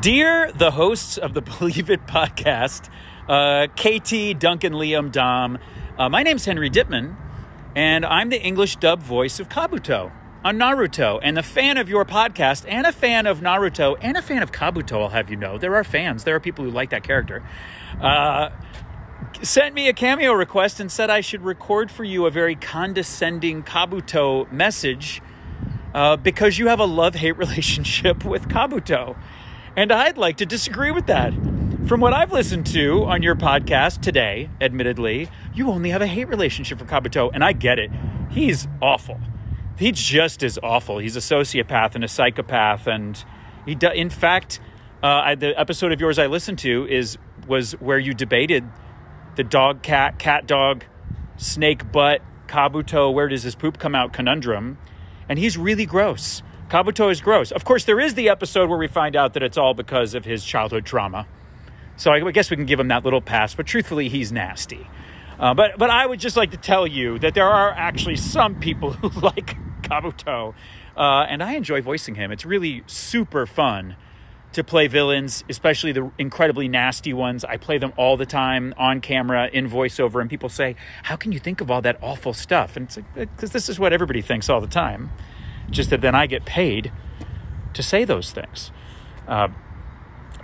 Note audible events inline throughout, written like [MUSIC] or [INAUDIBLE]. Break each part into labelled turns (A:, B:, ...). A: Dear the hosts of the [LAUGHS] Believe It podcast, uh, KT, Duncan, Liam, Dom, uh, my name's Henry Dittman, and I'm the English dub voice of Kabuto on Naruto, and a fan of your podcast, and a fan of Naruto, and a fan of Kabuto, I'll have you know. There are fans, there are people who like that character. Uh, sent me a cameo request and said I should record for you a very condescending Kabuto message uh, because you have a love hate [LAUGHS] relationship with Kabuto. And I'd like to disagree with that. From what I've listened to on your podcast today, admittedly, you only have a hate relationship for Kabuto, and I get it. He's awful. He just is awful. He's a sociopath and a psychopath, and he. Do- in fact, uh, I, the episode of yours I listened to is was where you debated the dog cat cat dog snake butt kabuto where does this poop come out conundrum and he's really gross kabuto is gross of course there is the episode where we find out that it's all because of his childhood trauma so i guess we can give him that little pass but truthfully he's nasty uh, but but i would just like to tell you that there are actually some people [LAUGHS] who like kabuto uh, and i enjoy voicing him it's really super fun to play villains, especially the incredibly nasty ones. I play them all the time on camera, in voiceover, and people say, How can you think of all that awful stuff? And it's like, because this is what everybody thinks all the time. Just that then I get paid to say those things. Uh,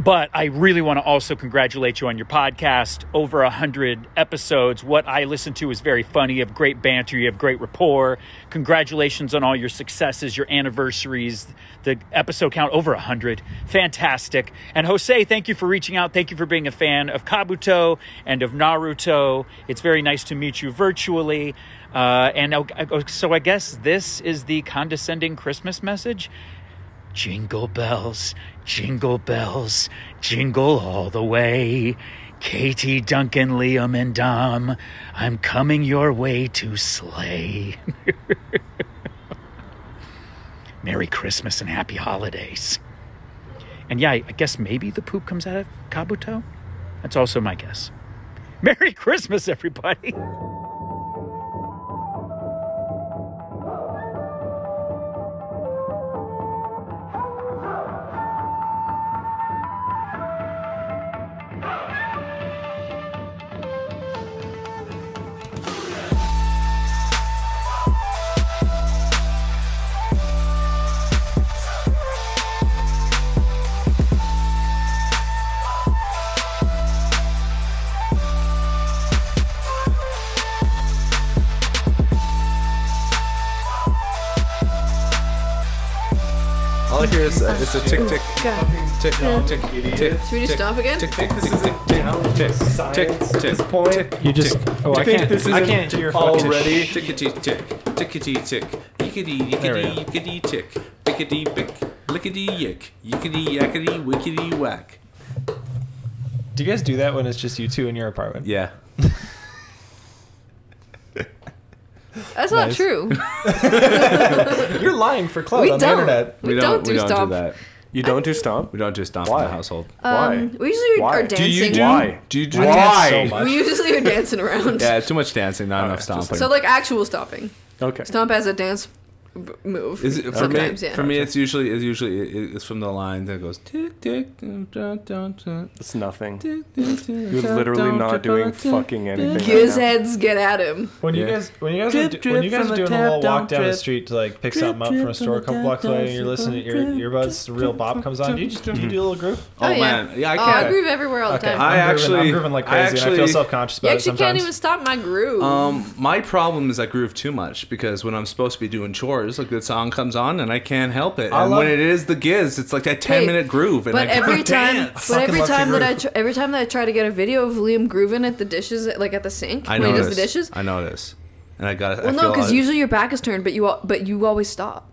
A: but I really want to also congratulate you on your podcast. Over 100 episodes. What I listen to is very funny. You have great banter. You have great rapport. Congratulations on all your successes, your anniversaries, the episode count over 100. Fantastic. And Jose, thank you for reaching out. Thank you for being a fan of Kabuto and of Naruto. It's very nice to meet you virtually. Uh, and oh, oh, so I guess this is the condescending Christmas message. Jingle bells, jingle bells, jingle all the way. Katie, Duncan, Liam, and Dom, I'm coming your way to slay. [LAUGHS] Merry Christmas and happy holidays. And yeah, I guess maybe the poop comes out of Kabuto. That's also my guess. Merry Christmas, everybody. [LAUGHS]
B: All I hear is a, is a tick tick
C: Go.
B: tick tick tick.
C: Should we just
B: tick,
C: stop again?
B: Tick tick tick tick tick tick tick tick point. Tick,
D: You just-
B: tick,
D: oh, I
B: tick,
D: can't-
B: This
D: I
B: isn't
D: can't hear fucking-
B: already. Tickety tick tickety tick yickety yickety yickety tick bickety bick lickety yick yickety yackety wickety whack.
D: Do you guys do that when it's just you two in your apartment?
B: Yeah.
C: That's not
D: Nice.
C: true.
D: You're lying for clout
C: We
D: on
C: don't.
D: the internet.
C: We don't do stomp.
E: You don't do stomp?
B: We don't do stomp
E: Why?
B: in the household.
E: Why?
C: Um, we usually
E: Why?
C: are
E: Do
C: dancing.
B: you do-
E: Why? Do you do
D: I
E: Why?
D: dance so
C: [LAUGHS]
D: much.
C: We usually are dancing around.
B: Yeah, too much dancing, not enough
E: Alright,
B: stomping.
C: So like actual stomping.
E: Okay.
C: Stomp as a dance b- move.
B: Is it, for me,
C: sometimes, yeah.
B: for me, it's usually it's usually it, it's from the line that goes tick tick dun, dun, dun, dun,
E: It's nothing.
B: tick tick. You're
E: You're literally not doing fucking anything.
C: Giz
E: right now.
C: heads get at him.
D: When you
B: Yeah.
D: guys, when you guys,
B: Drip,
D: are, do- when
B: drip
D: you guys
B: from
D: are
B: the
D: doing a
B: tap,
D: little walk
B: down
D: down the
B: drip.
D: street to like pick
B: Drip,
D: something up from
B: drip
D: a store a
B: from the
D: couple blocks
B: tap,
D: away,
B: down
D: and you're
B: to
D: listening to your
B: the
D: earbuds, the real bop comes on. Do you just do you do a little groove?
B: Oh,
C: yeah.
B: man, yeah, I
C: Oh,
B: can't.
C: groove everywhere all the
D: Okay,
C: time.
B: I-
D: I'm grooving,
B: actually-
D: I'm grooving like
B: I
D: crazy, and I feel
B: actually-
D: self conscious
C: you
D: about it
C: actually can't
D: sometimes.
C: even stop my groove.
B: Um, my problem is I groove too much because when I'm supposed to be doing chores, a good song comes on and I can't help it.
D: I
B: and
D: love-
B: when it is the Giz, it's like that ten
C: Hey,
B: minute groove, and
C: but
B: I
C: every time,
B: dance.
C: but
D: Fucking
C: every
D: love to
C: time that I
D: groove.
C: tr- every time that I try to get a video of Liam grooving at the dishes, like at the
B: [LAUGHS]
C: sink
B: I
C: when he
B: know
C: does
B: this.
C: the dishes.
B: I know this, and I got.
C: well,
B: I
C: no,
B: feel
C: because
B: it.
C: usually your back is turned, but you al- but you always stop.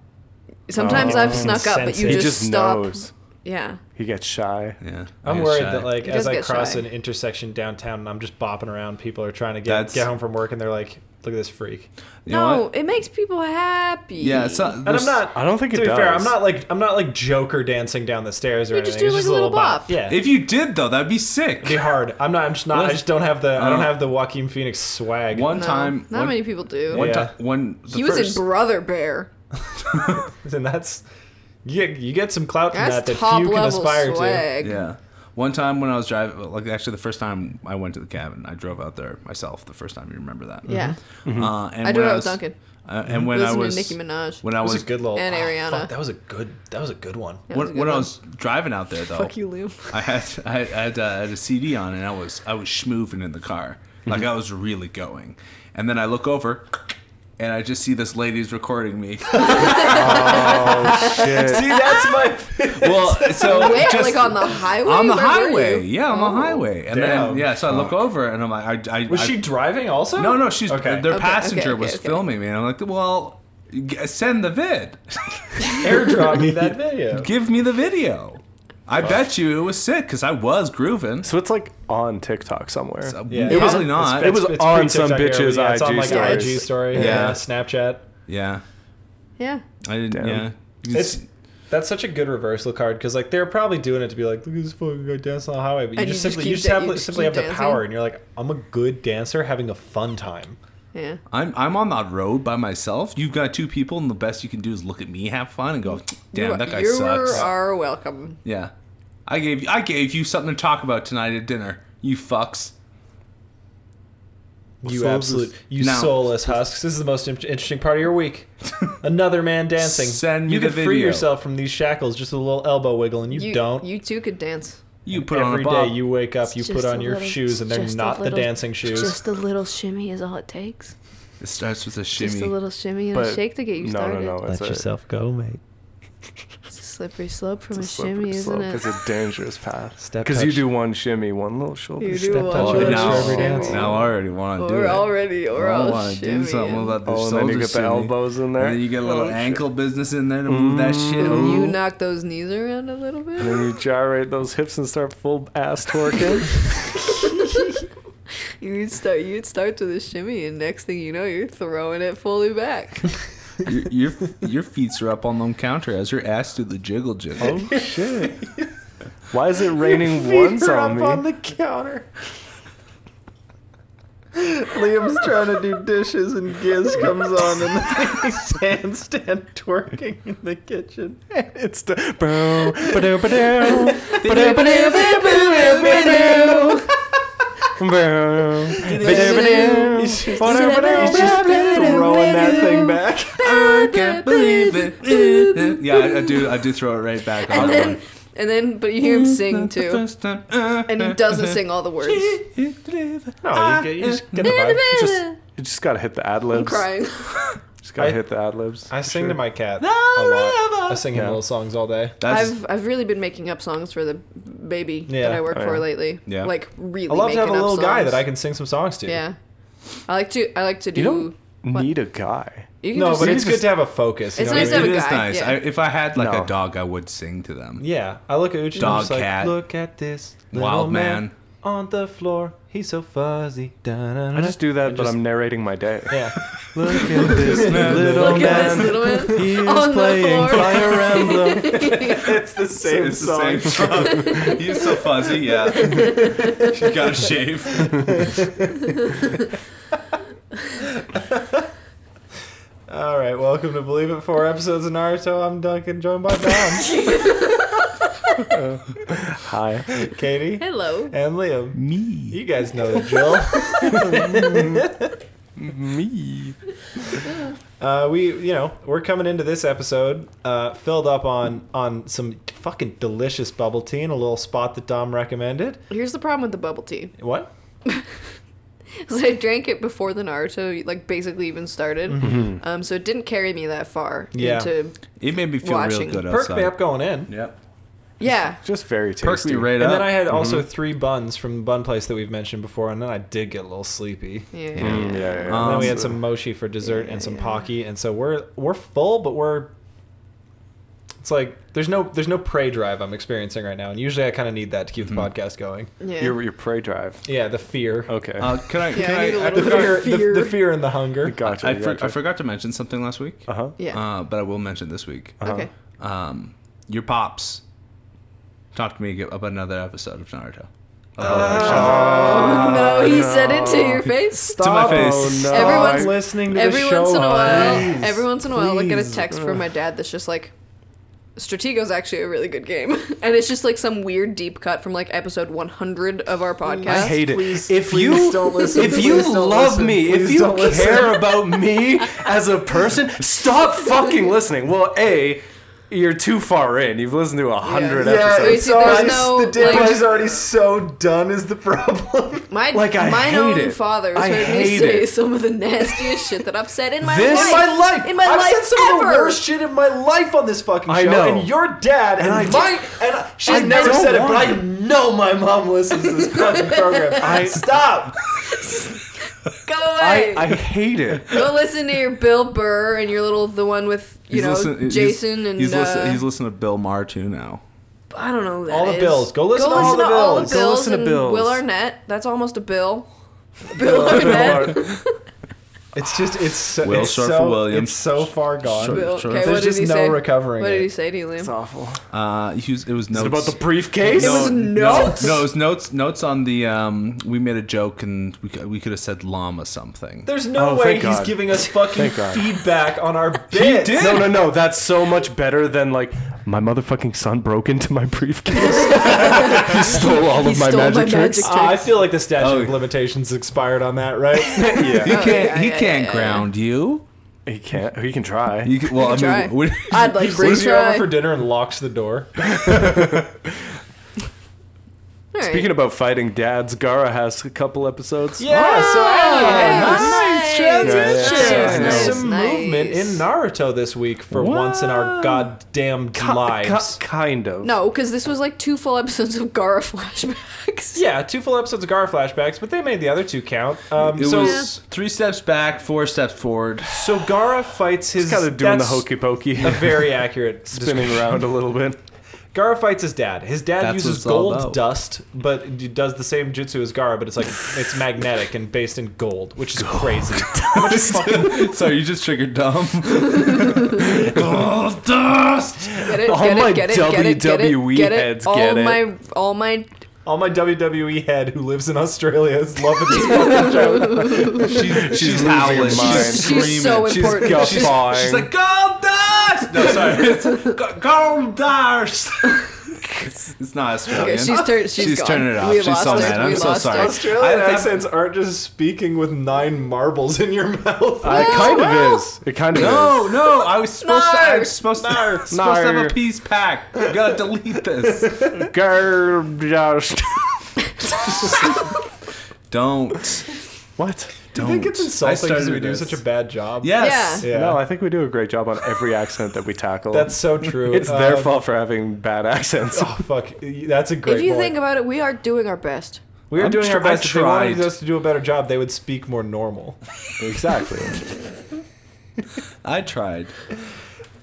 C: Sometimes
D: Oh,
C: I've snuck up, but you
D: He
E: He
C: just,
E: just
C: stop.
E: knows.
C: Yeah.
E: He gets
C: [LAUGHS]
E: shy.
B: Yeah, I
D: I'm
B: get
D: worried
B: shy.
D: that like
C: He
D: as
C: does
D: I
C: get
D: cross
C: shy.
D: an intersection downtown and I'm just bopping around, people are trying to get
B: That's-
D: get home from work and they're like, "Look at this freak."
B: You know
C: no,
B: what?
C: it makes people happy.
B: Yeah, it's not.
D: And I'm not.
E: I don't think it
D: to be fair,
E: does.
D: I'm not like I'm not like Joker dancing down the stairs or
C: You just
D: anything.
C: do,
D: it's
C: like,
D: just
C: a
D: a little,
C: little
D: bop.
C: bop.
D: Yeah,
B: If you did though, that'd be sick.
D: be hard. I'm not. I'm just not. I just don't have the. I don't
B: Uh,
D: have the Joaquin Phoenix swag. [LAUGHS]
B: One
C: No,
B: time,
C: Not
B: one,
C: many people do.
B: One
D: Yeah.
B: time, one. The
C: he was
B: first,
C: in Brother Bear.
D: and that's You, you get some clout from that
C: That's
D: that
C: top
D: few can
C: level
D: aspire to.
C: swag.
B: Yeah. One time when I was driving, like actually the first time I went to the cabin, I drove out there myself. The first time you remember that.
C: Yeah.
D: Mm-hmm.
B: Uh, and
C: I
B: when
C: drove out with
B: was-
C: Duncan.
B: Uh, and when I
C: Listen to
B: was
C: Nicki Minaj.
B: When I
D: That
B: was,
D: was a good little
C: And
D: ah,
C: Ariana.
D: fuck, that was a good. That was a good one.
C: That
B: when,
C: was a good
B: when I
C: one.
B: was driving out there though,
C: Fuck you, Liam.
B: I had I had, I had, uh, I had a CD on and I was I was schmooving in the car like
D: Mm-hmm.
B: I was really going, and then I look over, and I just see this lady's recording
D: [LAUGHS]
B: me.
E: Shit.
D: See, that's
B: [LAUGHS]
D: my.
B: well, so
C: Where?
B: just
C: like on the highway?
B: on the
C: Where were
B: highway,
C: you?
B: yeah, on the highway, and then
D: Oh, Damn.
B: yeah, so I look over and I'm like, I, I
D: Was
B: I-
D: she driving also?
B: No, no, she's
D: okay.
B: their
C: Okay,
B: passenger
C: okay, okay,
B: was
C: okay.
B: filming me, and I'm like, well, g- send the vid, [LAUGHS]
D: airdrop me that video.
B: give me the video. I bet you it was sick because I was grooving.
E: So it's like on TikTok somewhere.
B: So
D: Yeah.
B: Probably
D: It's-
B: not.
E: It was on
D: pretty
E: some
D: TikTok
E: bitch's
D: era, but yeah, It's on
E: IG
D: like
C: stories.
D: IG story. Yeah.
B: Yeah.
D: Snapchat.
B: yeah,
C: Yeah.
B: I didn't.
E: Damn.
B: Yeah, You can
D: It's
B: s-
D: that's such a good reversal card because like they're probably doing it to be like, look at this fucking guy dancing on the highway, but you
C: And
D: just
C: you just
D: simply you
C: keep
D: just
C: da-
D: have
C: you just
D: simply
C: keep
D: have the power,
C: dancing.
D: and you're like, I'm a good dancer having a fun time.
C: Yeah.
B: I'm I'm on that road by myself. You've got two people, and the best you can do is look at me, have fun, and go, damn,
C: you,
B: that guy
C: you
B: sucks.
C: are welcome.
B: yeah, I gave I gave you something to talk about tonight at dinner. You fucks.
D: you
E: soulless-
D: absolute, you
B: No.
D: soulless husks. This is the most in- interesting part of your week. Another man dancing.
B: Send me
D: you
B: the
D: could free
B: video.
D: yourself from these shackles just with a little elbow wiggle, and you, don't.
C: You too could dance.
B: You put on
D: Every
B: a bob.
D: day you wake up, you put
F: just
D: on
F: a
D: your
F: little-
D: shoes, and they're
F: just a
D: not the
F: little-
D: dancing shoes.
F: Just a little shimmy is all it takes.
B: it starts with a shimmy.
C: Just a little shimmy and a
E: But
C: shake to get you
E: no,
C: started.
E: no, no. It's a,
D: go, mate.
C: It's a slippery slope from
E: it's
C: a,
E: a
C: shimmy,
E: slippery slope.
C: isn't it?
E: It's a dangerous path.
D: Step
E: Because you
D: touch.
E: do one shimmy, one little shoulder.
C: You
E: shimmy.
C: do one
B: Oh,
D: Touch
B: now,
D: your every dance.
B: now I already want to do
C: Or
B: it.
C: already, or
B: I
C: I'll
B: want to
C: shimmy.
B: do something about this
E: Oh, and then you
B: shoulder
E: get the
B: shimmy.
E: elbows in there.
B: And then you get a little
E: Oh, shit.
B: ankle business in there to move that shit.
C: Ooh,
B: Ooh.
C: Mm. you knock those knees around a little bit.
E: And then you gyrate those hips and start full ass twerking.
C: You'd start. You'd start with a shimmy, and next thing you know, you're throwing it fully
B: [LAUGHS]
C: back.
B: your, your your feet are up on them counter as your ass do the jiggle jiggle.
E: oh shit! Why
C: [LAUGHS]
E: is it raining ones on me?
D: the counter. [LAUGHS] Liam's trying to do dishes and Giz comes on and [LAUGHS] he's handstand twerking in the kitchen.
C: [LAUGHS]
E: it's the boom, ba-doo, ba-doo, ba-doo, ba-doo,
C: Ba-doo-ba-doo-ba-doo-ba-doo.
E: boom,
C: Ba-doo-ba-doo.
D: He's just,
E: ba-doo,
D: he's just
E: ba-doo.
D: throwing that thing back.
B: I can't believe it. yeah, I, I do. I do throw it right back on.
C: And then, and then, but you hear him sing too, and
B: And
E: [LAUGHS]
C: he
B: [LAUGHS]
C: doesn't sing all the words. [LAUGHS] Ah, eh.
D: No, you, get, you just get the vibe.
E: Just, [LAUGHS] you just gotta hit the ad
C: I'm
E: libs.
C: crying.
E: Just gotta
D: I-
E: hit the ad libs.
D: I sing to my cat a
B: lot.
D: lot.
B: I
D: I sing him
E: Yeah. little
D: little songs all day.
B: That's,
C: I've I've really been making up songs for the baby
D: Yeah.
C: that I work
E: Oh,
C: for
E: yeah.
C: lately.
B: Yeah.
C: Like really.
D: I love to
C: making
D: have a
C: up
D: little guy
C: songs.
D: that I can sing some songs to.
C: Yeah. I like to. I like to do.
E: You don't
C: What?
E: need a guy.
C: you can
D: No,
C: just-
D: but
B: you
D: it's
B: just-
D: good to have a focus. You
C: It's
D: know
B: it,
C: nice
D: what I mean?
C: to have
B: it
C: a
B: is
C: guy,
B: nice.
C: yeah.
B: I, if I had like a
E: No.
B: dog, I would sing to them.
D: Yeah, I look at Uchi and
B: Dog
D: I'm just like,
B: cat.
D: look at this little
B: Wild
D: man,
B: man.
D: on the floor. He's so fuzzy.
E: I just do that, but
D: Mm-hmm. just-
E: I'm narrating my day.
D: [LAUGHS] yeah. Look at this
B: man,
D: little
C: Look at
D: man.
C: this little man. [LAUGHS]
D: [LAUGHS] He is
C: on the
D: playing
C: floor. [LAUGHS]
D: Fire Emblem.
B: [LAUGHS]
E: It's the same
B: It's the same song. [LAUGHS] He's so fuzzy, yeah. [LAUGHS] She's got to shave.
D: All right, welcome to Believe It Four episodes of Naruto. I'm Duncan, joined by
C: [LAUGHS]
D: Dom,
E: Hi.
D: Katie,
C: Hello.
D: and Liam.
B: Me.
D: You guys know the
C: [LAUGHS]
D: drill.
E: Me.
D: Uh, we, you know, we're coming into this episode uh, filled up on on some fucking delicious bubble tea in a little spot that Dom recommended.
C: Here's the problem with the bubble tea. [LAUGHS]
D: What?
C: Because I drank it before the Naruto, like basically even started. Um, so it didn't carry me that far
D: Mm-hmm. Yeah.
C: into
B: It made me feel
C: Watching.
B: real good
D: Perked
B: outside.
D: me up going in.
B: Yep.
C: yeah.
E: Just very
B: Perked
E: tasty.
B: me right
D: And
B: up. Mm-hmm.
D: then I had also three buns from the bun place that we've mentioned before, and then I did get a little sleepy.
C: Yeah.
D: Mm-hmm.
E: Mm, yeah, yeah, yeah.
D: And then
B: Um,
D: we had some mochi for dessert and some pocky, and so we're we're full, but we're it's like there's no there's no prey drive I'm experiencing right now, and usually I kind of need that to keep the podcast going.
C: yeah.
E: Your, your prey drive.
D: Yeah, the fear,
E: Okay.
B: uh, can I?
C: Yeah,
B: can
C: I need a
B: I, I,
C: little
D: the
C: bit of
D: fear,
C: fear.
D: The, the fear and the hunger.
E: [LAUGHS] gotcha.
B: I, for,
E: gotcha.
B: I forgot to mention something last week,
E: Uh-huh.
C: yeah.
B: uh, but I will mention this week.
C: Okay.
B: Um, your pops talked to me about another episode of Naruto.
D: Uh,
C: no, he said it to your face.
B: to my
D: Stop
C: Oh,
B: face.
E: Oh, no.
C: Everyone's-
D: listening to
C: Every
D: the show.
C: once in a while,
D: please.
C: every once in a while, I get a
D: Please.
C: text from my dad that's just like, Stratego's actually a really good game, [LAUGHS] and it's just like some weird deep cut from like episode 100 of our podcast.
E: I hate it.
D: please-
E: if
D: please
E: you
D: don't listen,
E: if you
D: please don't
E: love
D: listen,
E: me, if
D: please
E: you
D: don't listen.
E: care about me as a person, stop fucking listening. Well, a you're too far in. You've listened to a hundred
C: Yeah, it's-
E: episodes.
C: there's no,
D: the damage
C: like-
D: is already so done. Is the problem?
C: My
E: Like, I
C: my
E: hate
C: own
E: it.
C: father has
E: I
C: heard me
E: hate
C: say
E: it.
C: some of the nastiest shit that I've said in my
E: This-
C: life.
E: In my
D: life.
C: In my
D: I've
C: life
D: said some
C: ever.
D: of the worst shit in my life on this fucking show.
E: I know.
D: And your dad and,
E: I do-
D: my and I, she's
E: I
D: never
E: don't
D: said it, but
E: want
D: I know my mom listens to [LAUGHS] this fucking program.
E: I-
D: stop.
C: Go
E: I,
C: away.
E: I hate it.
C: Go listen to your Bill Burr and your little the one with you know
B: listen- he's-
C: Jason and
B: he's,
C: uh,
B: listen- he's listening to Bill Maher too now.
C: I don't know who that
D: All the
C: is.
D: Bills. Go listen to all the Bills.
E: Go listen to
C: and
E: Bills.
C: Will Arnett. That's almost a Bill. Bill Arnett.
D: It's just it's so
B: Will
D: it's
B: Sharp
D: so,
B: Williams.
D: It's so far gone.
B: Sharp-
C: Bill.
B: Sure.
C: Okay,
D: There's
C: what
D: just
C: did he
D: no
C: say?
D: recovering
C: What
D: it.
C: did he say to you, Liam?
E: It's awful.
B: Uh, he was, it was
E: Is
B: notes.
E: it about the briefcase?
C: It was notes?
B: No, it was notes. Notes on the. Um, we made a joke and we, c- we could have said llama something. [LAUGHS]
D: There's no
E: Oh,
D: way
E: thank
D: he's
E: God.
D: giving us fucking
E: Thank God.
D: feedback on our bits.
E: No, no, no. That's so much better than like my motherfucking son broke into my briefcase. he stole all
C: He
E: of my
C: stole my
E: magic tricks.
C: magic-
D: Uh, I feel like the statute
B: Oh.
D: of limitations expired on
C: [LAUGHS]
D: that, right?
B: he
E: yeah,
B: can't.
C: Oh, yeah,
B: he
C: yeah,
B: can't
C: yeah,
B: ground you.
E: he can't. He can try.
B: You can, well,
C: You
B: I
C: can
B: mean,
C: try.
B: what-
C: [LAUGHS] I'd like to
D: Brings you
C: try.
D: over for dinner and locks the door.
C: All right.
E: Speaking about fighting dads, Gara has a couple episodes.
C: nice transition.
E: Yeah, yeah.
D: some
C: Nice.
D: movement in Naruto this week for once in our goddamn
E: Ki-
D: lives.
E: ki- kind of.
C: No, because this was like two full episodes of Gara [LAUGHS] flashbacks.
D: yeah, two full episodes of Gara flashbacks, but they made the other two count. Um,
B: It
D: so,
B: was three steps back, four steps forward.
D: so Gara fights his.
E: He's kind of doing the
D: that's
E: hokey pokey,
D: A very accurate
E: [LAUGHS] spinning around a little bit.
D: Gara fights his dad. His dad
B: That's what
D: uses
B: it's all
D: gold
B: about.
D: dust, but d- does the same jutsu as Gara, but it's like it's magnetic and based in gold, which is crazy. Which is fucking-
B: Sorry, you just triggered dumb.
C: [LAUGHS]
B: oh, dust.
C: Get it,
E: All
C: get
E: my
C: it, get it, get it, get it,
E: WWE
C: get it.
E: heads
C: all
E: get it.
C: my, all my.
D: all my WWE head who lives in Australia is loving this fucking joke.
B: She's, she's
E: losing her
B: howling.
E: mind.
B: She's
E: She's
B: screaming.
C: so important.
E: She's
B: she's,
E: guffawing.
B: she's like gold dust. No, sorry,
E: Uh,
B: it's go- gold
C: [LAUGHS]
B: dust. it's not Australian.
C: Okay, she's turned. She's, gone.
B: turning it off.
C: We
B: she's
C: lost
B: so
C: her.
B: mad.
C: We
B: I'm so
C: lost
B: sorry.
C: her.
D: Australian
B: I think-
D: accents aren't just speaking with nine marbles in your [LAUGHS] mouth.
E: Uh, it kind
C: well.
E: of is. It kind of
B: No, no, I was supposed to. I
C: No.
B: was supposed to. I was [LAUGHS] supposed to have a peace pact. You gotta delete this.
E: is. Garbage.
D: [LAUGHS]
B: Don't.
E: [LAUGHS] What?
D: I think it's insulting because
B: started
D: we do
B: this.
D: such a bad job.
B: Yes.
C: Yeah.
D: Yeah.
E: No, I think we do a great job on every accent that we tackle.
D: that's so true.
E: it's their
D: Um,
E: fault for having bad accents.
D: [LAUGHS] Oh fuck! That's a great.
C: If you
D: point.
C: think about it, we are doing our best.
D: we are
B: I'm
D: doing our
B: tr- I
D: best. If they wanted
B: tried.
D: us to do a better job, they would speak more normal.
E: [LAUGHS]
D: [LAUGHS]
E: exactly.
B: I tried.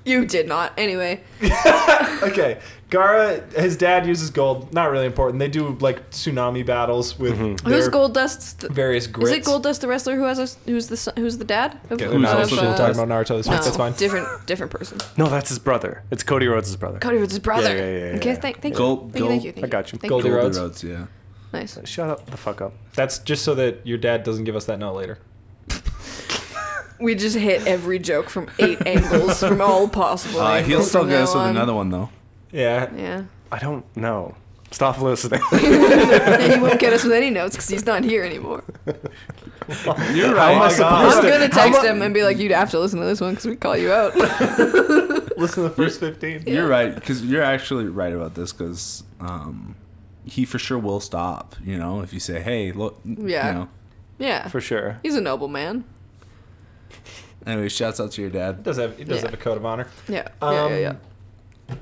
C: You did not. Anyway,
D: Okay, Gara, his dad uses gold. Not really important. They do like tsunami battles with
C: who's
D: their
C: Gold Dust?
D: various
C: Is
D: grits.
C: it Gold Dust the wrestler who has a, s- who's the son- who's the dad? Of,
D: Okay,
B: Who's
D: no,
B: also
D: we're
B: Gold
D: talking
B: Dust?
D: about Naruto this week.
C: no,
D: That's fine.
C: Different different person.
E: No, that's his brother. It's Cody Rhodes' brother.
C: Cody Rhodes' brother.
E: yeah, yeah, yeah,
C: okay,
E: yeah.
C: thank, thank,
B: Gold-
C: you. thank you.
B: Gold-
C: Thank you. Thank you.
E: I got you.
C: Thank
D: Gold-
C: you.
D: Goldie
B: Rhodes,
D: Rhodes?
B: yeah.
C: Nice.
E: Shut up the fuck up.
D: That's just so that your dad doesn't give us that note later.
C: We just hit every joke from eight angles, from all possible.
B: Uh,
C: angles
B: he'll still
C: from
B: get us
C: now
B: with
C: on.
B: another one
D: [LAUGHS]
B: though.
D: Yeah.
C: Yeah.
E: I don't know. Stop listening.
C: and he won't get us with any notes because he's not here anymore.
B: You're
E: am I
C: I'm
E: supposed
C: gonna
E: how
C: text
E: mu-
C: him and be like, "You'd have to listen to this one because we call you out." [LAUGHS]
D: Listen to the first fifteen.
B: You're right because you're actually right about this because um, he for sure will stop. You know, if you say, "Hey, look,"
C: Yeah.
B: You know.
C: yeah,
E: [LAUGHS] For sure.
C: he's a noble man.
B: Anyway, shouts out to your dad.
D: Does have it does
C: Yeah.
D: have a code of honor.
C: Yeah,
D: Um,
C: yeah, yeah, yeah.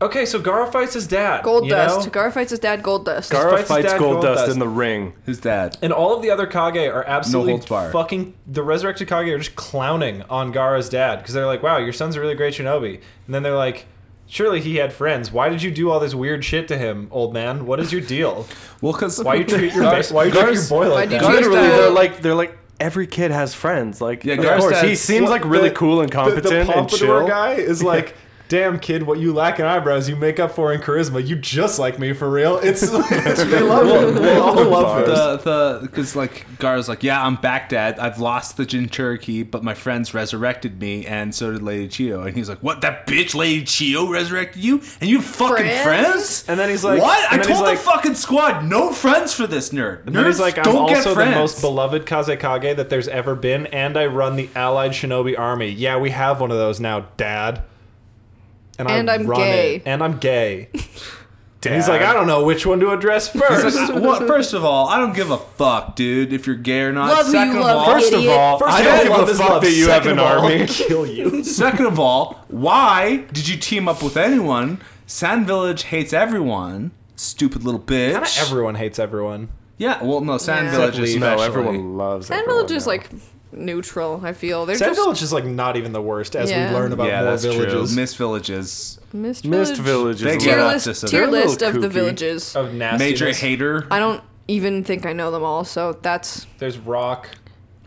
D: Okay, so Gara fights his dad.
C: Gold
D: you
C: dust.
D: know?
C: Gar fights his dad. Gold dust.
E: Gara
D: fights his
E: fights,
D: dad,
E: Gold
D: Gold
E: Dust
D: Dust.
E: in the ring.
B: His dad.
D: And all of the other Kage are absolutely
B: holds barred.
D: fucking. The resurrected Kage are just clowning on Gara's dad because they're like, "Wow, your son's a really great shinobi." And then they're like, "Surely he had friends. Why did you do all this weird shit to him, old man? What is your
E: [LAUGHS]
D: deal?
B: Well, because
D: Why you
B: [LAUGHS]
D: treat your ba- why you treat your boy like
C: Why'd you
D: that?"
C: do
E: Literally,
C: Gar's dad-
E: they're like they're like every kid has friends. Like
B: Yeah,
E: of
B: Gar's
E: course, he
B: dad's-
E: seems like really cool and competent
D: the, the
E: and
D: pompadour
E: [LAUGHS] chill.
D: guy is like. damn kid, what you lack in eyebrows, you make up for in charisma. You just like me for real. It's, [LAUGHS] it's we love it. We all love this.
B: the the because like Gar's like, yeah, I'm back, Dad. I've lost the Jin Cherokee, but my friends resurrected me, and so did Lady Chio. And he's like, what? That bitch, Lady Chio, resurrected you, and you fucking
C: Friends?
B: friends?
D: And then he's like-
B: what? I
D: and then he's
B: told
D: like-
B: the fucking squad, no friends for this nerd.
D: And then he's
B: Nerds
D: like, I'm
B: don't get
D: also the
B: friends."
D: most beloved Kazekage that there's ever been, and I run the Allied Shinobi Army. Yeah, we have one of those now, Dad.
C: And I'm gay.
D: it. And I'm gay. And he's like, I don't know which one to address
B: He's
D: first.
B: like,
C: [LAUGHS]
B: well, first of all, I don't give a fuck, dude, if you're gay or not.
C: Love who you
B: second of
C: love,
B: all,
E: First of
C: Idiot.
D: [LAUGHS]
E: all,
D: First
E: I
D: of all,
E: don't
D: love
E: give a
D: is
E: fuck
D: love.
E: that you have
D: Second
E: an
D: of all, I'll [LAUGHS]
E: army.
D: kill
B: [LAUGHS]
D: you.
B: Second of all, why did you team up with anyone? Sand Village hates everyone. Stupid little bitch.
D: Not everyone hates everyone.
B: Yeah, well, no, Sand
C: Yeah.
B: Village
D: Except Lee.
B: especially.
E: No, everyone loves
C: Sand
E: everyone
C: Village is
E: now.
C: like neutral. I feel they're
D: Sand
C: just
D: Village is like not even the worst as
C: Yeah.
D: we learn about
B: yeah,
D: more
B: that's
D: villages
B: true. Miss Villages.
C: Mist
E: Mist
C: Village.
E: Village
B: They get
E: is
C: Tier
B: Yeah,
E: low.
B: up.
C: list,
B: that's just-
C: tier
E: they're a
C: list
E: little
C: of the
E: kooky.
C: villages.
D: of nastiness.
B: Major hater.
C: I don't even think I know them all, so that's
D: There's Rock.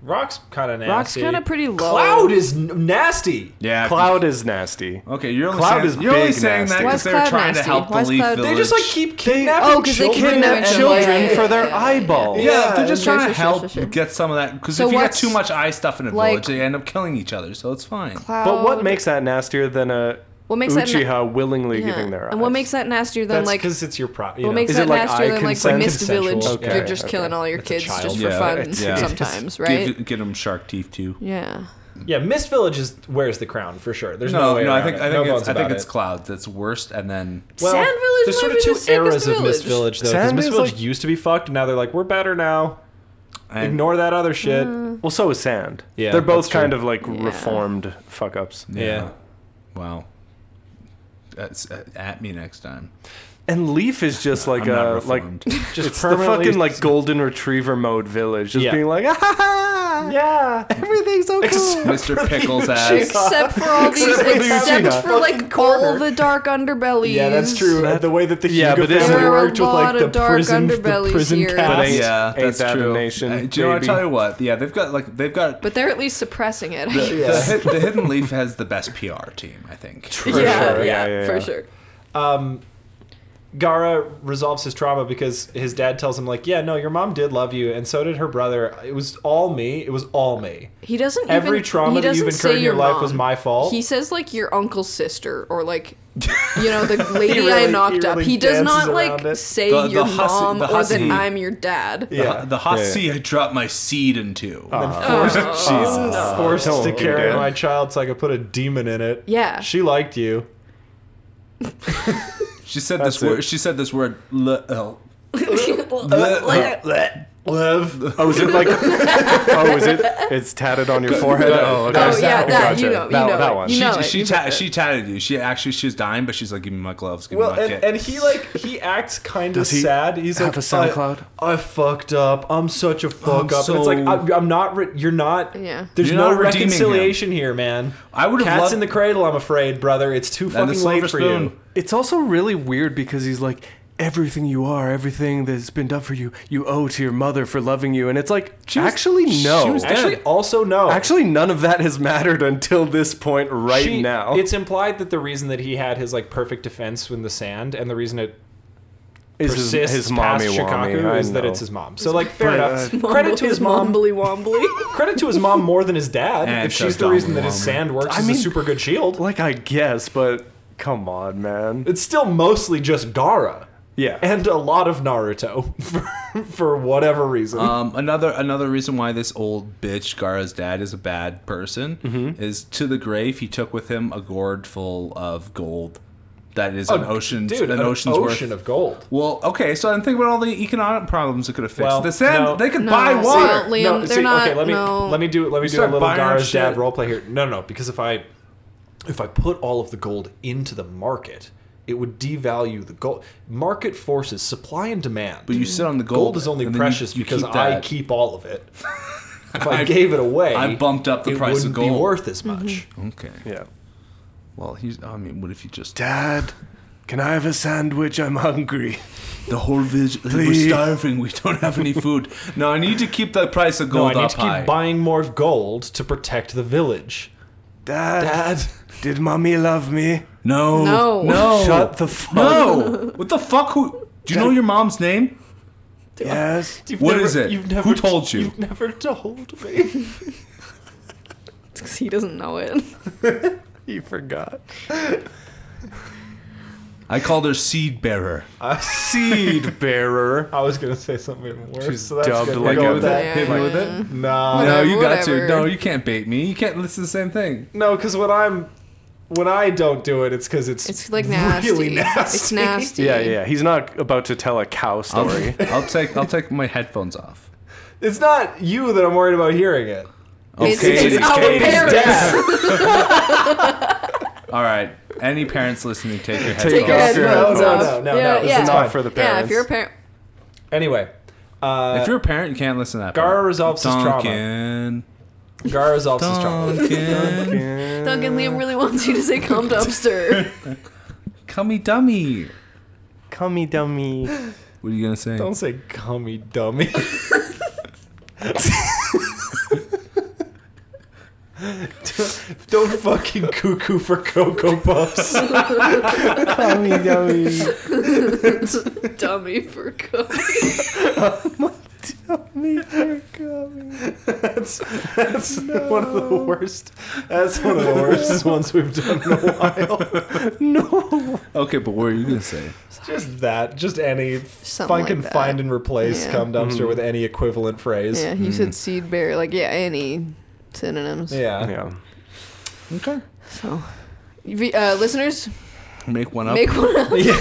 D: Rock's kind of nasty.
C: Rock's kinda pretty low.
D: Cloud is n- nasty.
B: Yeah.
E: Cloud is nasty.
B: Okay, you're only
E: Cloud
B: saying,
E: is
B: you're only
E: big
B: saying that because
E: nasty.
C: Why's
B: they were
C: Cloud
B: trying to
C: nasty?
B: help the
C: Why's
B: Leaf
C: Cloud-
B: Village.
D: They just like keep kidnapping
C: Oh, 'cause they
D: children.
C: kidnap
E: Kidnap
C: Yeah,
E: children
C: yeah,
E: for their
C: yeah, yeah.
E: eyeballs.
B: yeah, they're just
C: sure,
B: trying to
C: sure, sure,
B: help
C: sure, sure.
B: get some of that. Because
C: So
B: if you got
C: what's-
B: too much eye stuff in a
C: like-
B: village, they end up killing each other, so it's fine.
C: Cloud.
E: But what makes that nastier than a
C: Oh. What makes that na-
E: Uchiha willingly
C: yeah.
E: giving their eyes?
C: And what makes that nastier than
D: That's
C: like
D: because it's your pro- you
C: what
D: know.
C: makes
E: Is
C: that
E: it, like,
C: nastier
E: eye
C: than like the
E: consent?
C: Mist
D: Consensual.
C: Village?
E: Okay,
C: You're just
E: okay.
C: killing all your kids
D: child.
C: just for
B: Yeah,
C: fun
E: it's- yeah.
C: sometimes, right?
B: Give, get them shark teeth too.
C: Yeah.
D: Yeah, Mist Village is wears the crown for sure. There's no,
B: No,
D: way.
B: no, I
D: around
B: think
D: it.
B: I
D: No
B: think it's,
D: bones
B: I think
D: about
B: it's
D: it.
B: Cloud that's worst, and then
D: Well,
C: Sand Village
D: There's sort
C: might
D: of
C: be
D: two
C: the sickest
D: eras of Mist
C: village.
D: Village though, because
E: Sand
D: Mist
E: is
D: Village
E: like-
D: used to be fucked, and now they're like, we're better now.
B: and-
D: Ignore that other shit.
C: Hmm.
E: Well, so is Sand.
D: Yeah,
E: they're both
D: that's true.
E: kind of like reformed fuck ups.
D: Yeah.
B: Wow. That's uh, at me next time.
E: And Leaf is just like
B: I'm not
E: a like
B: reformed.
D: Just
E: it's the
D: permanently.
E: fucking like golden retriever mode village, just
D: Yeah.
E: being like, ah, ha, ha,
D: yeah.
E: everything's so
B: [LAUGHS]
D: [LAUGHS]
E: cool.
B: Mr. Pickles ass.
C: Except for all these,
E: Except for the
C: except
E: Uchiha.
C: for like
D: Fucking
C: all
D: corner.
C: the dark underbellies.
D: Yeah, that's true.
E: That-
D: the way that the
E: Yeah,
D: Hugo
E: but isn't-
D: family
E: There
C: are a
D: worked with
C: lot
D: like
C: of
D: the
C: dark
D: prison, the
C: underbellies
D: prison
C: here.
D: cast.
E: But ain't-
B: Yeah, that's
E: that a
B: true.
E: nation,
B: Uh, do you know? what, I
E: baby?
B: tell you what. Yeah, they've got like they've got
D: [LAUGHS]
C: But they're at least suppressing it. I [LAUGHS]
B: the,
C: guess.
B: the hid- the Hidden Leaf has the best PR team, I think.
E: For
C: yeah,
E: sure,
C: yeah,
E: yeah, yeah,
C: for
E: yeah.
C: sure.
D: Gara resolves his trauma because his dad tells him like, yeah, no, your mom did love you, and so did her brother. It was all me. It was all me.
C: He doesn't.
D: Every
C: even,
D: trauma
C: he
D: that you've
C: doesn't say
D: incurred in your life
C: mom.
D: was my fault.
C: He says like your uncle's sister or like, you know,
D: [LAUGHS]
C: the lady I
D: really-
C: knocked
D: he
C: up.
D: really
C: He does
D: dances
C: not like
D: around it.
C: say
B: The- the
C: your
B: hussy-
C: mom
B: the
C: or that
B: hussy.
C: I'm your dad.
B: The,
D: yeah.
B: the hot
E: Yeah, yeah.
B: sea I dropped my seed into.
C: Oh. [LAUGHS]
D: Jesus. forced
E: Don't
D: to
E: do
D: carry
E: that.
D: my child so I could put a demon in it.
C: Yeah.
D: She liked you.
B: she said this
E: That's it.
B: word. She said this word. l- l-
D: [LAUGHS] Uh,
B: [LAUGHS]
C: Like,
D: Live.
E: Oh, is it like? [LAUGHS] oh, is it? It's tatted on your forehead. Oh, okay.
C: Oh, yeah, that, you know, you
E: that,
C: know
E: that
C: it.
E: one.
C: You know
B: She,
C: it.
B: she,
C: You
B: ta- she tatted you. She actually she was dying, but she's like, "Give me my gloves. Give
D: Well,
B: me my
D: and,
B: kit."
D: and he like he acts kind of
E: Does he
D: sad. He's
E: have
D: like,
E: a SoundCloud?
D: I, I fucked up. I'm such a fuck
B: I'm
D: up. and it's like
B: so-
D: I'm, I'm not. Re- you're not.
C: Yeah.
D: There's
B: You're
D: no
B: not redeeming
D: reconciliation here, man.
B: I would've
D: cats
B: loved-
D: in the cradle. I'm afraid, brother. It's too
B: And the
D: fucking late
B: silver
D: for
B: spoon.
D: you.
E: It's also really weird because he's like, everything you are, everything that's been done for you, you owe to your mother for loving you. And it's like,
B: was-
E: actually, no.
B: she was dead.
D: Actually, oh. also no.
E: Actually, none of that has mattered until this point right
D: She-
E: now.
D: it's implied that the reason that he had his like perfect defense in the sand, and the reason it
E: It's
D: persists
E: mommy
D: past Shikaku
E: wommy, I
D: is that
E: know.
D: it's his mom. So like, fair
E: But,
D: enough.
E: uh,
D: Credit to his mom.
C: Wombly wombly. [LAUGHS]
D: Credit to his mom more than his dad.
B: And
D: if
B: so
D: she's the
B: dumb
D: reason that his
B: woman.
D: sand works
E: I
D: as a
E: mean-
D: super good shield,
E: Like, I guess, but come on, man.
D: it's still mostly just Gara
E: Yeah.
D: and a lot of Naruto [LAUGHS] for, for whatever reason.
B: Um, another another reason why this old bitch Gara's dad is a bad person
D: Mm-hmm.
B: is to the grave he took with him a gourd full of gold that is an ocean
D: dude,
B: an,
D: an
B: ocean's
D: ocean
B: worth.
D: of gold.
B: well, okay, so I'm thinking about all the economic problems it could have fixed.
D: Well,
B: the sand
D: no.
B: they could
C: No,
B: buy
C: so
B: water.
C: Liam,
D: no,
C: they're
D: see,
C: not.
D: okay, let me
C: no.
D: let me do let me do a
B: start
D: little
B: buying our
D: Gara's dad
B: shit.
D: roleplay here. No, no, because if I if I put all of the gold into the market, it would devalue the gold. Market forces, supply and demand.
B: But you sit on the gold.
D: gold is only
B: and then you-
D: precious
B: you
D: because
B: keep
D: I
B: that.
D: keep all
B: [LAUGHS]
D: of it. If I, gave it away,
B: I bumped up the
D: it
B: price of
D: wouldn't be
B: gold.
D: worth as
C: Mm-hmm.
D: much.
B: Okay.
E: yeah.
B: Well, he's. I mean, what if you just
E: Dad, can I have a sandwich? I'm hungry.
B: the whole village?
E: Please.
B: We're starving. We don't have any food. no, I need to keep the price of
D: No,
B: gold
D: I need
B: up
D: to keep
B: high.
D: buying more gold to protect the village.
E: Dad,
D: Dad,
E: did mommy love me?
B: No.
C: No.
B: No.
E: Shut the fuck
B: No. What the fuck? Who? Do you know your mom's name?
E: Yes.
D: [LAUGHS] You've
B: What is it? Who told you?
D: You've never [LAUGHS] told me.
C: Because he doesn't know it.
E: You forgot.
B: I called her seed bearer.
E: Seed bearer.
D: I was gonna say something even worse.
E: She's
D: so that's
E: dubbed
D: good.
E: like
D: We'll go
E: a-
D: with that.
E: Hit me with it.
D: Nah.
B: no, you got to.
C: whatever.
B: No, you can't bait me. You can't listen to the same thing.
D: No, because when I'm when I don't do it, it's because it's
C: It's like nasty.
D: Really nasty.
C: It's nasty.
E: Yeah, yeah. He's not about to tell a cow story.
B: I'll, I'll take. I'll take my headphones off.
D: It's not you that I'm worried about hearing it.
C: It's,
B: Okay.
C: it's our
E: Katie's
C: parents.
B: All right. Any parents listening, take your headphones
E: Take
C: Take your
E: off
B: off.
E: your
C: headphones
D: no,
C: off.
D: no, no,
C: yeah,
D: no, this
C: Yeah.
E: It's not for the
C: yeah,
E: parents.
C: if you're a parent,
D: Anyway, uh,
B: If you're a parent, you can't listen to that.
D: Gar resolves his trauma.
B: Duncan.
D: Gar resolves his trauma.
B: Duncan.
C: Duncan Liam really wants you to [LAUGHS] say "come dumpster."
B: Cummy dummy.
E: Cummy
C: [LAUGHS]
E: dummy.
B: What are you gonna say?
D: [LAUGHS] Don't say gummy dummy. [LAUGHS] Don't- Don't fucking cuckoo for
C: [LAUGHS]
D: Cocoa Puffs.
E: Cummy [LAUGHS] dummy.
C: Dummy for cum.
D: That's, that's one of the worst. That's one of the
C: [LAUGHS]
D: worst ones we've done in a while.
B: Okay, but what are you gonna say?
D: Just that. Just any
C: Something
D: fucking
C: like that.
D: find and replace
C: Yeah.
D: cum dumpster
E: Mm-hmm.
D: with any equivalent phrase.
C: Yeah, you said seed bear. Like yeah, any synonyms.
D: Mm. Yeah.
E: Yeah.
B: Okay.
C: So, v- uh, listeners,
B: Make one up.
C: make one up. [LAUGHS] you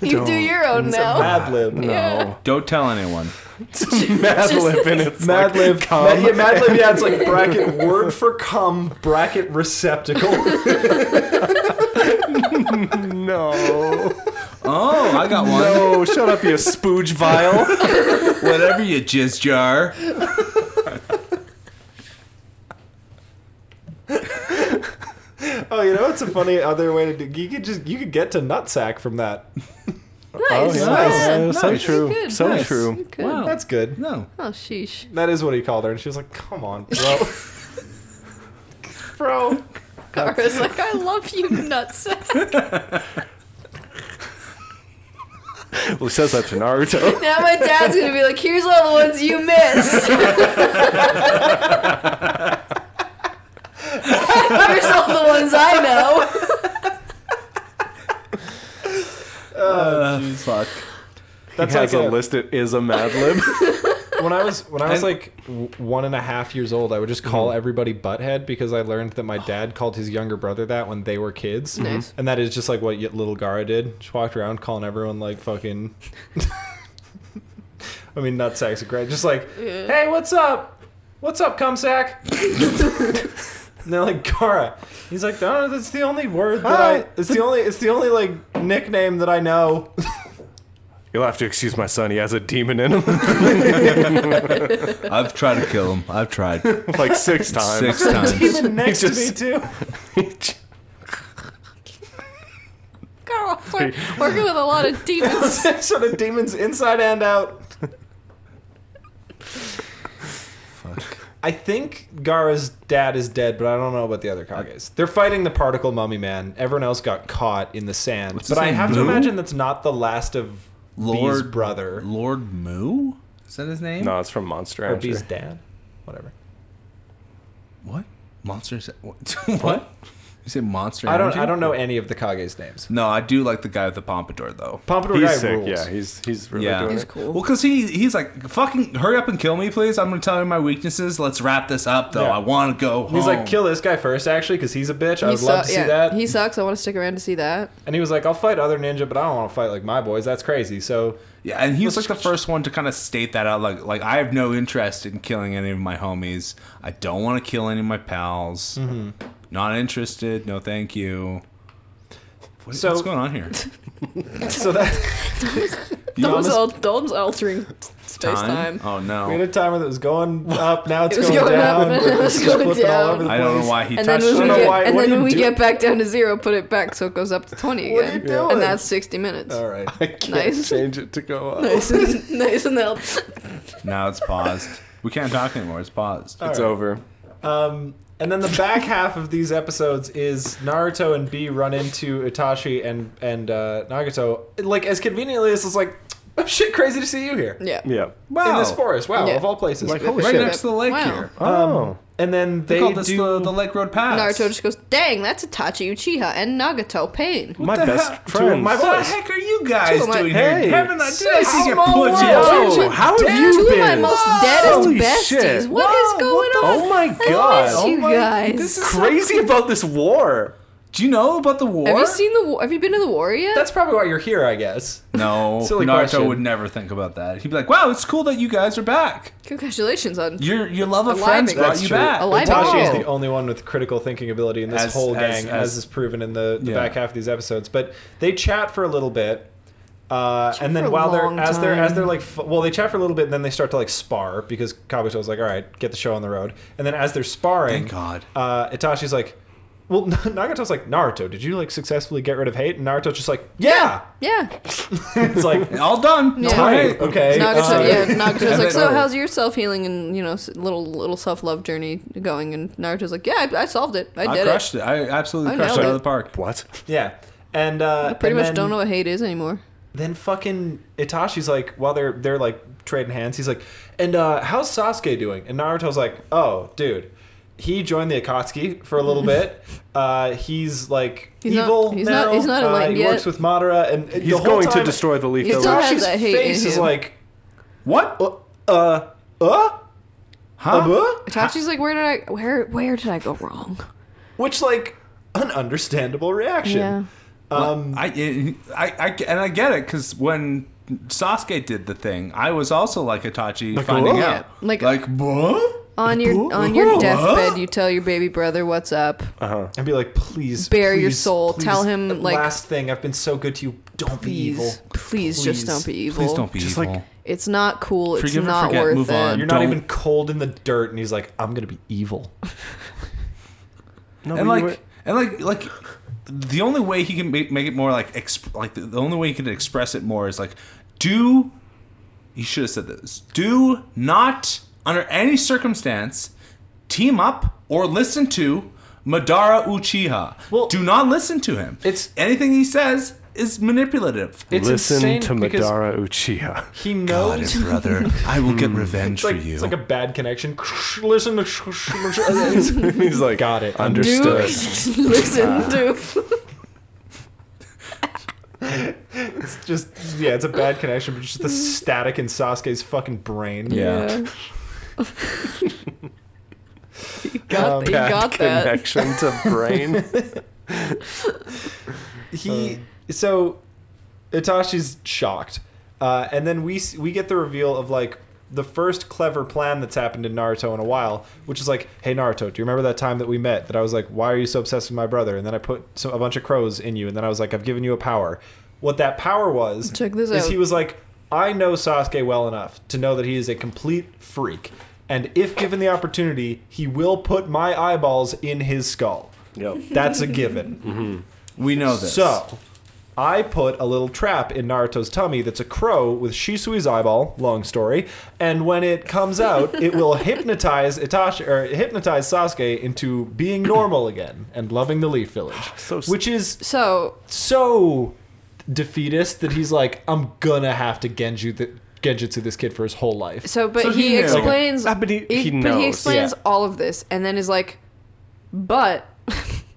C: do
E: Don't.
C: your own
D: It's
C: now.
D: a Mad Lib.
C: Oh.
E: No.
C: [LAUGHS] Yeah.
B: Don't tell anyone.
E: Mad Lib and Oh. it's
D: Mad
E: like,
D: Lib.
E: cum.
D: Mad, yeah, Mad Lib, yeah, it's
E: [LAUGHS]
D: like bracket word for cum, bracket receptacle.
E: [LAUGHS] No.
B: Oh, I got one.
E: [LAUGHS] No, shut up, you [LAUGHS] spooge vial.
B: Whatever you jizz jar.
D: oh, you know what's a funny other way to do? You could just you could get to nutsack from that. Oh,
C: Nice.
E: Oh,
C: yeah.
E: yeah. Yeah, so
B: Nice.
E: true.
C: Good,
E: so
B: nice.
E: true.
C: Good.
B: Wow.
D: That's good.
B: No.
C: Oh sheesh.
D: That is what he called her, and she was like, "Come on,
E: [LAUGHS]
D: bro."
C: Bro. Kara's like, I love you, nutsack.
E: Well, he says that
C: [LAUGHS]
E: to Naruto.
C: now my dad's gonna be like, here's all the ones you
D: [LAUGHS]
C: missed. here's all the ones I know.
B: Uh, fuck.
E: That's
D: That's
E: he has
D: like
E: a
D: a-
E: list. It is a Mad [LAUGHS] Lib.
D: when I was when I was
B: And-
D: like w- one and a half years old, I would just call everybody butthead because I learned that my dad called his younger brother that when they were kids,
C: Nice.
D: and that is just like what y- little Gara did. She walked around calling everyone like fucking. [LAUGHS] I mean, not sacks, great. Just like, hey, what's up? What's up, [LAUGHS] cumsack? and they're like Gara. He's like, no, that's the only word that I.
E: Hi.
D: It's the only. It's the only like nickname that I know.
E: You'll have to excuse my son. He has a demon in him, [LAUGHS]
B: I've tried to kill him. I've
D: [LAUGHS]
B: tried
E: like six times.
B: six times.
D: Even [LAUGHS] next to me
E: just-
D: too.
E: [LAUGHS]
C: Carl, we're working with a lot of [LAUGHS]
D: [LAUGHS]
C: demons.
D: sort of demons inside and out.
B: Fuck.
D: I think Gara's dad is dead, but I don't know about the other Kages. They're fighting the particle mummy man. Everyone else got caught in the sand.
B: What's his
D: but I
B: name,
D: have to
B: Blue?
D: imagine that's not the last of Bee's
B: Lord-
D: brother
B: Lord Moo? Is that his name?
E: No, it's from Monster
D: or
E: Rancher.
D: Bee's dad. Whatever.
B: What? Monsters? What? [LAUGHS] what? You say monster?
D: I don't.
B: Energy?
D: I don't know any of the Kages names.
B: No, I do like the guy with the pompadour though.
D: Pompadour guy
E: He's sick.
D: rules.
E: Yeah, he's he's really
B: Yeah.
E: doing
C: He's
E: it.
C: cool.
B: Well, because he he's like, fucking hurry up and kill me, please. I'm gonna tell you my weaknesses. Let's wrap this up though.
D: Yeah.
B: I want to go home.
D: He's like, kill this guy first, actually, because he's a bitch. I would love to see that.
C: He sucks. I want to stick around to see that.
D: and he was like, I'll fight other ninja, but I don't want to fight like my boys. That's crazy. So [LAUGHS]
B: Yeah, and he was like the first one to kind of state that out. Like, like I have no interest in killing any of my homies. I don't want to kill any of my pals.
D: Mm-hmm.
B: Not interested. No, thank you. What-
D: So-
B: what's going on
D: [LAUGHS]
B: here?
D: so that
C: Dom's,
D: honest-
C: al- Dom's altering space time.
B: Oh
D: We had
B: no,
D: a timer that was going up. Now it's
C: It was
D: going,
C: going up,
D: down.
C: and then
D: We're
C: [LAUGHS] it was
D: just
C: going
D: flipping all
C: down.
D: over the
B: I don't know
D: place.
B: why he
C: and then
B: touched
C: when we,
D: I
B: it.
D: don't know
C: get,
D: why-
C: and
D: what
C: then
D: are you
C: when we
D: doing?
C: get back down to zero, put it back so it goes up to 20
D: What are
C: again.
D: you doing?
C: And that's 60 minutes. [LAUGHS]
B: [LAUGHS]
D: all right.
E: I can't
C: Nice.
E: change it to go up.
C: Nice and, nice and held.
B: Now it's paused. We can't talk anymore. It's paused.
E: It's
D: All right.
E: over.
D: Um, And then the back half of these episodes is Naruto and B run into Itachi and and uh, Nagato. Like as conveniently as it's like, I'm shit crazy to see you here
C: Yeah.
E: Yeah.
D: in this
B: Wow.
D: forest. Wow,
C: Yeah.
D: of all places.
E: Like, holy
B: Right
E: shit.
B: next to the lake
C: Wow.
B: here.
E: Oh.
D: and then
B: They
D: they
B: call this
D: do
B: the, the Lake Road Pass.
C: Naruto just goes, "Dang, that's Itachi Uchiha and Nagato. Pain."
E: my
B: the
E: best
B: heck?
E: friends.
D: my
B: What the
D: boys.
B: heck are you guys
C: Two of my-
B: doing
E: Hey.
B: here? Haven't I, did I see you
D: Small
B: put
D: world.
B: you?
E: Yo, how have
C: Damn,
E: you
C: two
E: been?
C: of my most
E: Whoa.
C: deadest
E: Holy
C: besties.
E: shit.
C: What
B: Whoa,
C: is going
B: what the
C: on?
E: Oh my
C: I miss
E: god.
C: you
B: my-
C: guys.
B: this is-
E: Crazy about this war.
B: Do you know about the war?
C: have you seen the? War? Have you been to the war yet?
D: That's probably why you're here, I guess.
B: No,
D: Silly
B: Naruto
D: question.
B: would never think about that. He'd be like, "Wow, it's cool that you guys are back.
C: Congratulations on.
B: Your your love of
C: Alive
B: friends
C: again.
B: brought
E: That's
B: you
E: true.
B: back."
C: Alive
D: Itachi
C: again.
D: is the only one with critical thinking ability in this
B: As-
D: whole
B: as-
D: gang, as,
B: as-
D: is proven in the, the
B: Yeah.
D: back half of these episodes. But they chat for a little bit, uh,
C: Chat
D: and
C: for
D: then
C: a
D: while they're
C: long
D: as they're as
C: time.
D: they're like f- well, they chat for a little bit, and then they start to like spar because Kabuto's like, all right, get the show on the road. And then as they're sparring,
B: Thank God.
D: uh, Itachi's like. Well, [LAUGHS] Nagato's like Naruto. Did you like successfully get rid of hate? And Naruto's just like, yeah.
C: Yeah.
D: It's like,
B: [LAUGHS] All done.
C: Yeah.
B: All right.
D: Right, okay.
C: Nagato,
D: uh,
B: [LAUGHS]
C: yeah, Nagato's
B: and
C: like,
B: then-
C: so how's your self healing and you know s- little little self love journey going? And Naruto's like, yeah, I, I solved it, I
B: I,
C: did it.
B: crushed it. I absolutely
C: I
B: crushed it
C: nailed
B: out
C: it.
B: of the park.
E: What?
D: yeah. And uh,
C: I pretty
D: and
C: much
D: then-
C: don't know what hate is anymore.
D: then fucking Itachi's like, while they're they're like trading hands, he's like, and uh, how's Sasuke doing? And Naruto's like, oh, dude, he joined the Akatsuki for
C: [LAUGHS]
D: a little bit. Uh, he's like
C: He's not-
D: evil.
C: he's
D: now.
C: not- he's not
D: uh,
C: enlightened
D: He works
C: yet.
D: with Madara, and
E: He's going to destroy the leaf
C: He
E: village.
C: still has
D: Itachi's
C: that hate in
D: face is
C: him.
D: like,
B: What?
D: uh, uh, uh,
B: Huh?
D: uh,
C: Itachi's like, where did I where where did I go wrong?
D: which like an understandable reaction.
F: Yeah.
D: Um,
B: I, it- I, I, and I get it because when Sasuke did the thing, I was also like Itachi finding
E: "Whoa."
B: out.
C: Yeah, like-
B: like, "Whoa?"
C: On your on your deathbed, you tell your baby brother what's up.
D: and be like, please
C: Bare your
D: please,
C: soul.
D: please,
C: Tell him,
D: the
C: like-
D: last thing. I've been so good to you. Don't be
C: Please,
D: evil.
C: please, just don't be evil.
B: Please don't be
E: Just
B: evil.
E: like-
C: It's not cool. It's
B: Forgive and
C: not
B: forget,
C: worth
B: move
C: it.
B: on.
D: You're not
B: Don't-
D: even cold in the dirt, and he's like, "I'm gonna be evil."
E: No,
B: and
E: but
B: like
E: you
B: and like like the only way he can make, make it more like exp- like the, the only way he can express it more is like do he should have said this do not under any circumstance team up or listen to Madara Uchiha.
D: Well-
B: do not listen to him.
D: It's-
B: anything he says is manipulative.
E: were-
D: It's
E: listen
D: insane
E: to
D: because
E: Madara Uchiha.
B: [LAUGHS]
D: He
B: God,
D: knows.
B: brother, I will get revenge
D: It's like,
B: for you.
D: it's like a bad connection. [LAUGHS] Listen to. [LAUGHS] he's
E: like,
D: got it.
C: Duke, [LAUGHS]
E: Understood.
C: listen,
B: Ah.
C: Duke.
D: It's just yeah, it's a bad connection, but just the static in Sasuke's fucking brain.
B: yeah.
C: [LAUGHS] you got, you
E: Bad
C: got that.
B: [LAUGHS]
E: connection to brain.
D: he so Itachi's shocked, uh, and then we s- we get the reveal of like the first clever plan that's happened in Naruto in a while, which is like, hey Naruto, do you remember that time that we met? That I was like, why are you so obsessed with my brother? And then I put some, a bunch of crows in you, and then I was like, I've given you a power. What that power was
C: Check this
D: is
C: out.
D: he was like, I know Sasuke well enough to know that he is a complete freak, and if given the opportunity, he will put my eyeballs in his skull.
E: yep.
D: That's
C: [LAUGHS]
D: a given.
B: We know this.
D: So, I put a little trap in Naruto's tummy that's a crow with Shisui's eyeball. Long story. And when it comes out, it
E: [LAUGHS]
D: will hypnotize Itachi or hypnotize Sasuke into being normal again and loving the Leaf Village,
E: [SIGHS] So s-
D: which is
C: So
D: so defeatist that he's like, I'm gonna have to Genju th- Genjutsu this kid for his whole life.
C: So, but
B: So
C: he,
B: he knew.
C: explains.
E: Ah, but he- he
C: But
E: knows.
C: he explains
D: Yeah.
C: all of this, and then is like, "But [LAUGHS]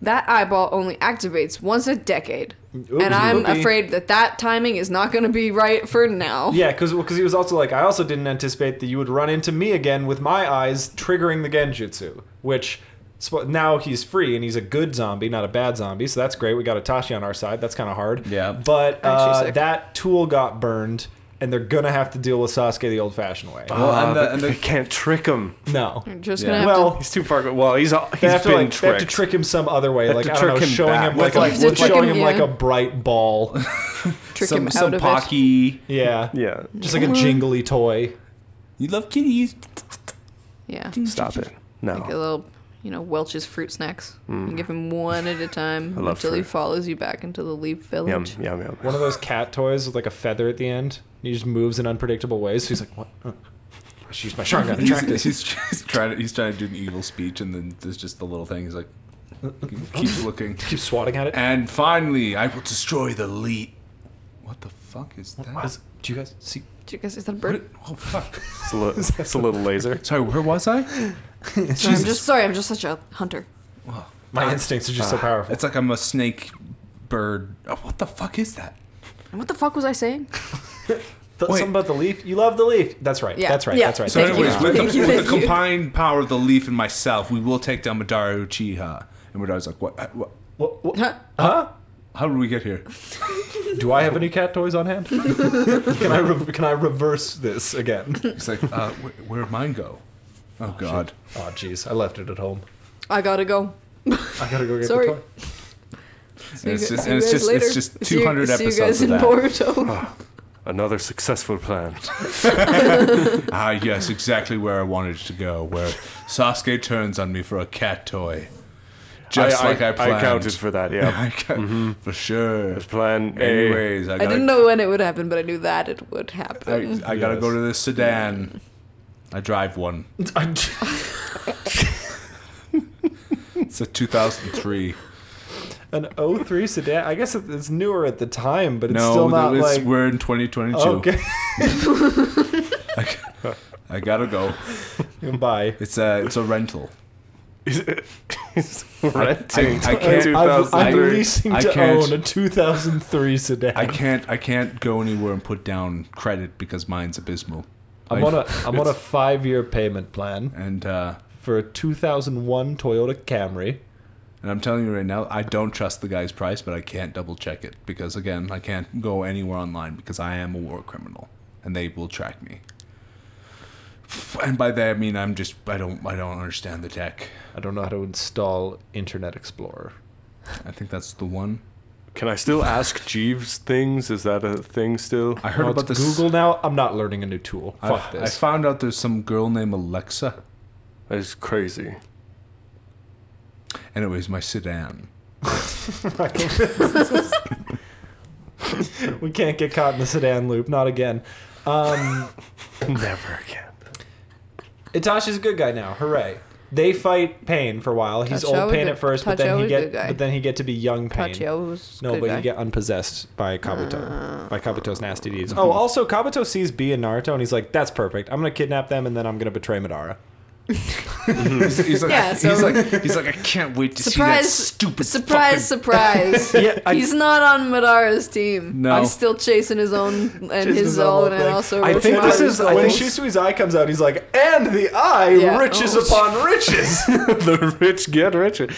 C: that eyeball only activates once a decade, and I'm
D: Oopsie.
C: afraid that that timing is not going to be right for now."
D: Yeah, because he was also like, I also didn't anticipate that you would run into me again with my eyes triggering the Genjutsu, which spo- now he's free and he's a good zombie, not a bad zombie, so that's great. We got Itachi on our side. That's kind of hard.
B: Yeah.
D: But
C: Actually
D: uh,
C: sick.
D: that tool got burned, and they're going to have to deal with Sasuke the old fashioned way.
B: Well, and the-
E: Uh, but
B: and
E: they
B: the-
E: can't trick him.
D: No.
C: We're just
B: Yeah.
C: gonna have
D: Well,
E: He's too far. go- Well, he's he's
D: they have, to,
E: been
D: like, they have to
E: tricked.
D: trick him some other way,
E: have
D: like
E: to
D: I don't know,
E: trick him
D: showing
E: back.
D: him like,
B: With, like,
D: a,
B: with, like,
D: showing him like
C: yeah.
D: a bright ball,
C: to trick
B: some
C: him
B: some
C: out of it.
B: Pocky.
D: yeah,
E: [LAUGHS] yeah.
D: just like a jingly toy.
B: You love kitties.
C: Yeah,
E: Stop it.
C: like a
E: No.
C: little, you know, Welch's fruit snacks. You give him one at a time
E: love
C: until he
E: fruit.
C: follows you back into the leaf
E: Yum
C: village.
E: yum yum.
D: One of those cat toys with like a feather at the end. He just moves in unpredictable ways. So he's like, what? She used my shotgun to
B: He's,
D: track this.
B: he's, he's trying to he's trying to do an evil speech, and then there's just the little thing. He's like, keeps looking,
D: Keep swatting at it.
B: and finally, I will destroy the lead. What the fuck is that?
D: Is- do you guys see?
C: Do you guys, is that a
B: What-
C: bird?
B: oh fuck!
E: It's a, li- it's a little laser.
B: Sorry, where was I?
C: Sorry, I'm just sorry. I'm just such a hunter.
D: My instincts are just so powerful.
B: It's like I'm a snake bird. Oh, what the fuck is that?
C: And what the fuck was I saying?
D: Th-
B: wait.
D: Something about the leaf. You love the leaf. That's right.
C: Yeah.
D: That's right.
C: Yeah.
D: That's right.
B: So,
C: Thank you.
B: anyways, with,
C: Thank
B: the,
C: you,
B: with the
C: thank you.
B: combined power of the leaf and myself, we will take down Madara Uchiha. And Madara's like, what? uh, what
D: What- what-
C: Huh?
D: huh?
B: how did we get here?
D: Do I have any cat toys on hand? [LAUGHS] can I re- can I reverse
C: [LAUGHS]
D: this again?
B: He's like, uh, where, where'd mine go? Oh, God.
D: Oh jeez, I left it at home.
C: I gotta go.
D: I gotta go get
C: Sorry.
D: the toy.
C: See
B: And it's
C: you gu-
B: just- and
C: see you
B: it's
C: guys
B: just- it's
C: later.
B: just
C: See you-
B: 200
C: see you
B: episodes
C: guys
B: of
C: in
B: that. Oh
C: Boruto.
E: Another successful plan.
B: Ah, yes, exactly where I wanted it to go, where Sasuke turns on me for a cat toy. Just like I, planned.
E: I
B: [LAUGHS]
E: counted for that, yeah.
B: I ca-
D: Mm-hmm.
B: For sure.
E: plan A.
B: Anyways, I,
C: I
B: gotta,
C: didn't know when it would happen, but I knew that it would
B: I, I
C: happen.
B: gotta
D: Yes.
B: go to this sedan. I drive one. It's a 2003.
D: [LAUGHS] An 03 sedan. I guess it- it's newer at the time, but [LAUGHS] it's
B: no,
D: still not
B: it's,
D: like
B: we're in 2022.
D: okay. [LAUGHS]
B: I gotta go.
D: Bye.
B: It's a it's a rental.
E: [LAUGHS] He's renting.
B: I- I can't-
E: two
D: I've,
E: thousand
D: I'm
B: three.
D: releasing
B: I
D: to
B: can't-
D: own a 2003 sedan.
B: I can't I can't go anywhere and put down credit because mine's abysmal.
D: I'm
B: I-
D: on a I'm on a five year payment plan
B: and uh,
D: for a 2001 Toyota Camry.
B: and I'm telling you right now, I don't trust the guy's price, but I can't double check it because again, I can't go anywhere online because I am a war criminal and they will track me. And by that I mean I'm just I don't I don't understand the tech.
D: I don't know how to install Internet Explorer.
B: I think that's the one.
E: Can I still ask Jeeves things? Is that a thing still?
B: I heard
D: Oh,
B: about
D: it's
B: this
D: Google now. I'm not learning a new tool.
B: I,
D: Fuck
B: I
D: this. [LAUGHS]
B: found out there's some girl named Alexa.
E: That
B: [LAUGHS]
E: is crazy.
B: Anyways, my
C: [LAUGHS]
B: sedan.
D: [LAUGHS] we can't get caught in the sedan loop. Not again.
B: [LAUGHS]
D: Um,
E: Never again.
D: Itashi's a good guy now. Hooray! They fight Pain for a while. He's
C: Tacho
D: old Pain
C: was
D: at first, but
C: good-
D: then
C: Tacho
D: he
C: was
D: get
C: good guy.
D: but then he get to be young Pain.
C: Pacquiao was a
D: No,
C: good
D: but
C: guy.
D: you get unpossessed by Kabuto. by Kabuto's nasty deeds. Ah. Oh, also Kabuto sees B and Naruto and he's like, that's perfect. I'm gonna kidnap them and then I'm gonna betray Madara.
B: He's, he's like,
C: Yeah, so-
B: he's like, he's like, I can't wait to
C: surprise!
B: see that stupid
C: surprise!
B: fucking-
C: Surprise!
D: Yeah, I-
C: He's not on Madara's team.
B: No.
C: I'm still chasing his own and
D: Just
C: his
D: the whole
C: own, and
D: thing.
C: also.
E: I think this
C: Madara's
E: is- I
D: when
E: think-
D: Shisui's eye comes out, he's like, and the eye
C: Yeah.
D: riches
C: Oh. [LAUGHS]
D: upon riches.
E: [LAUGHS] the rich get richer.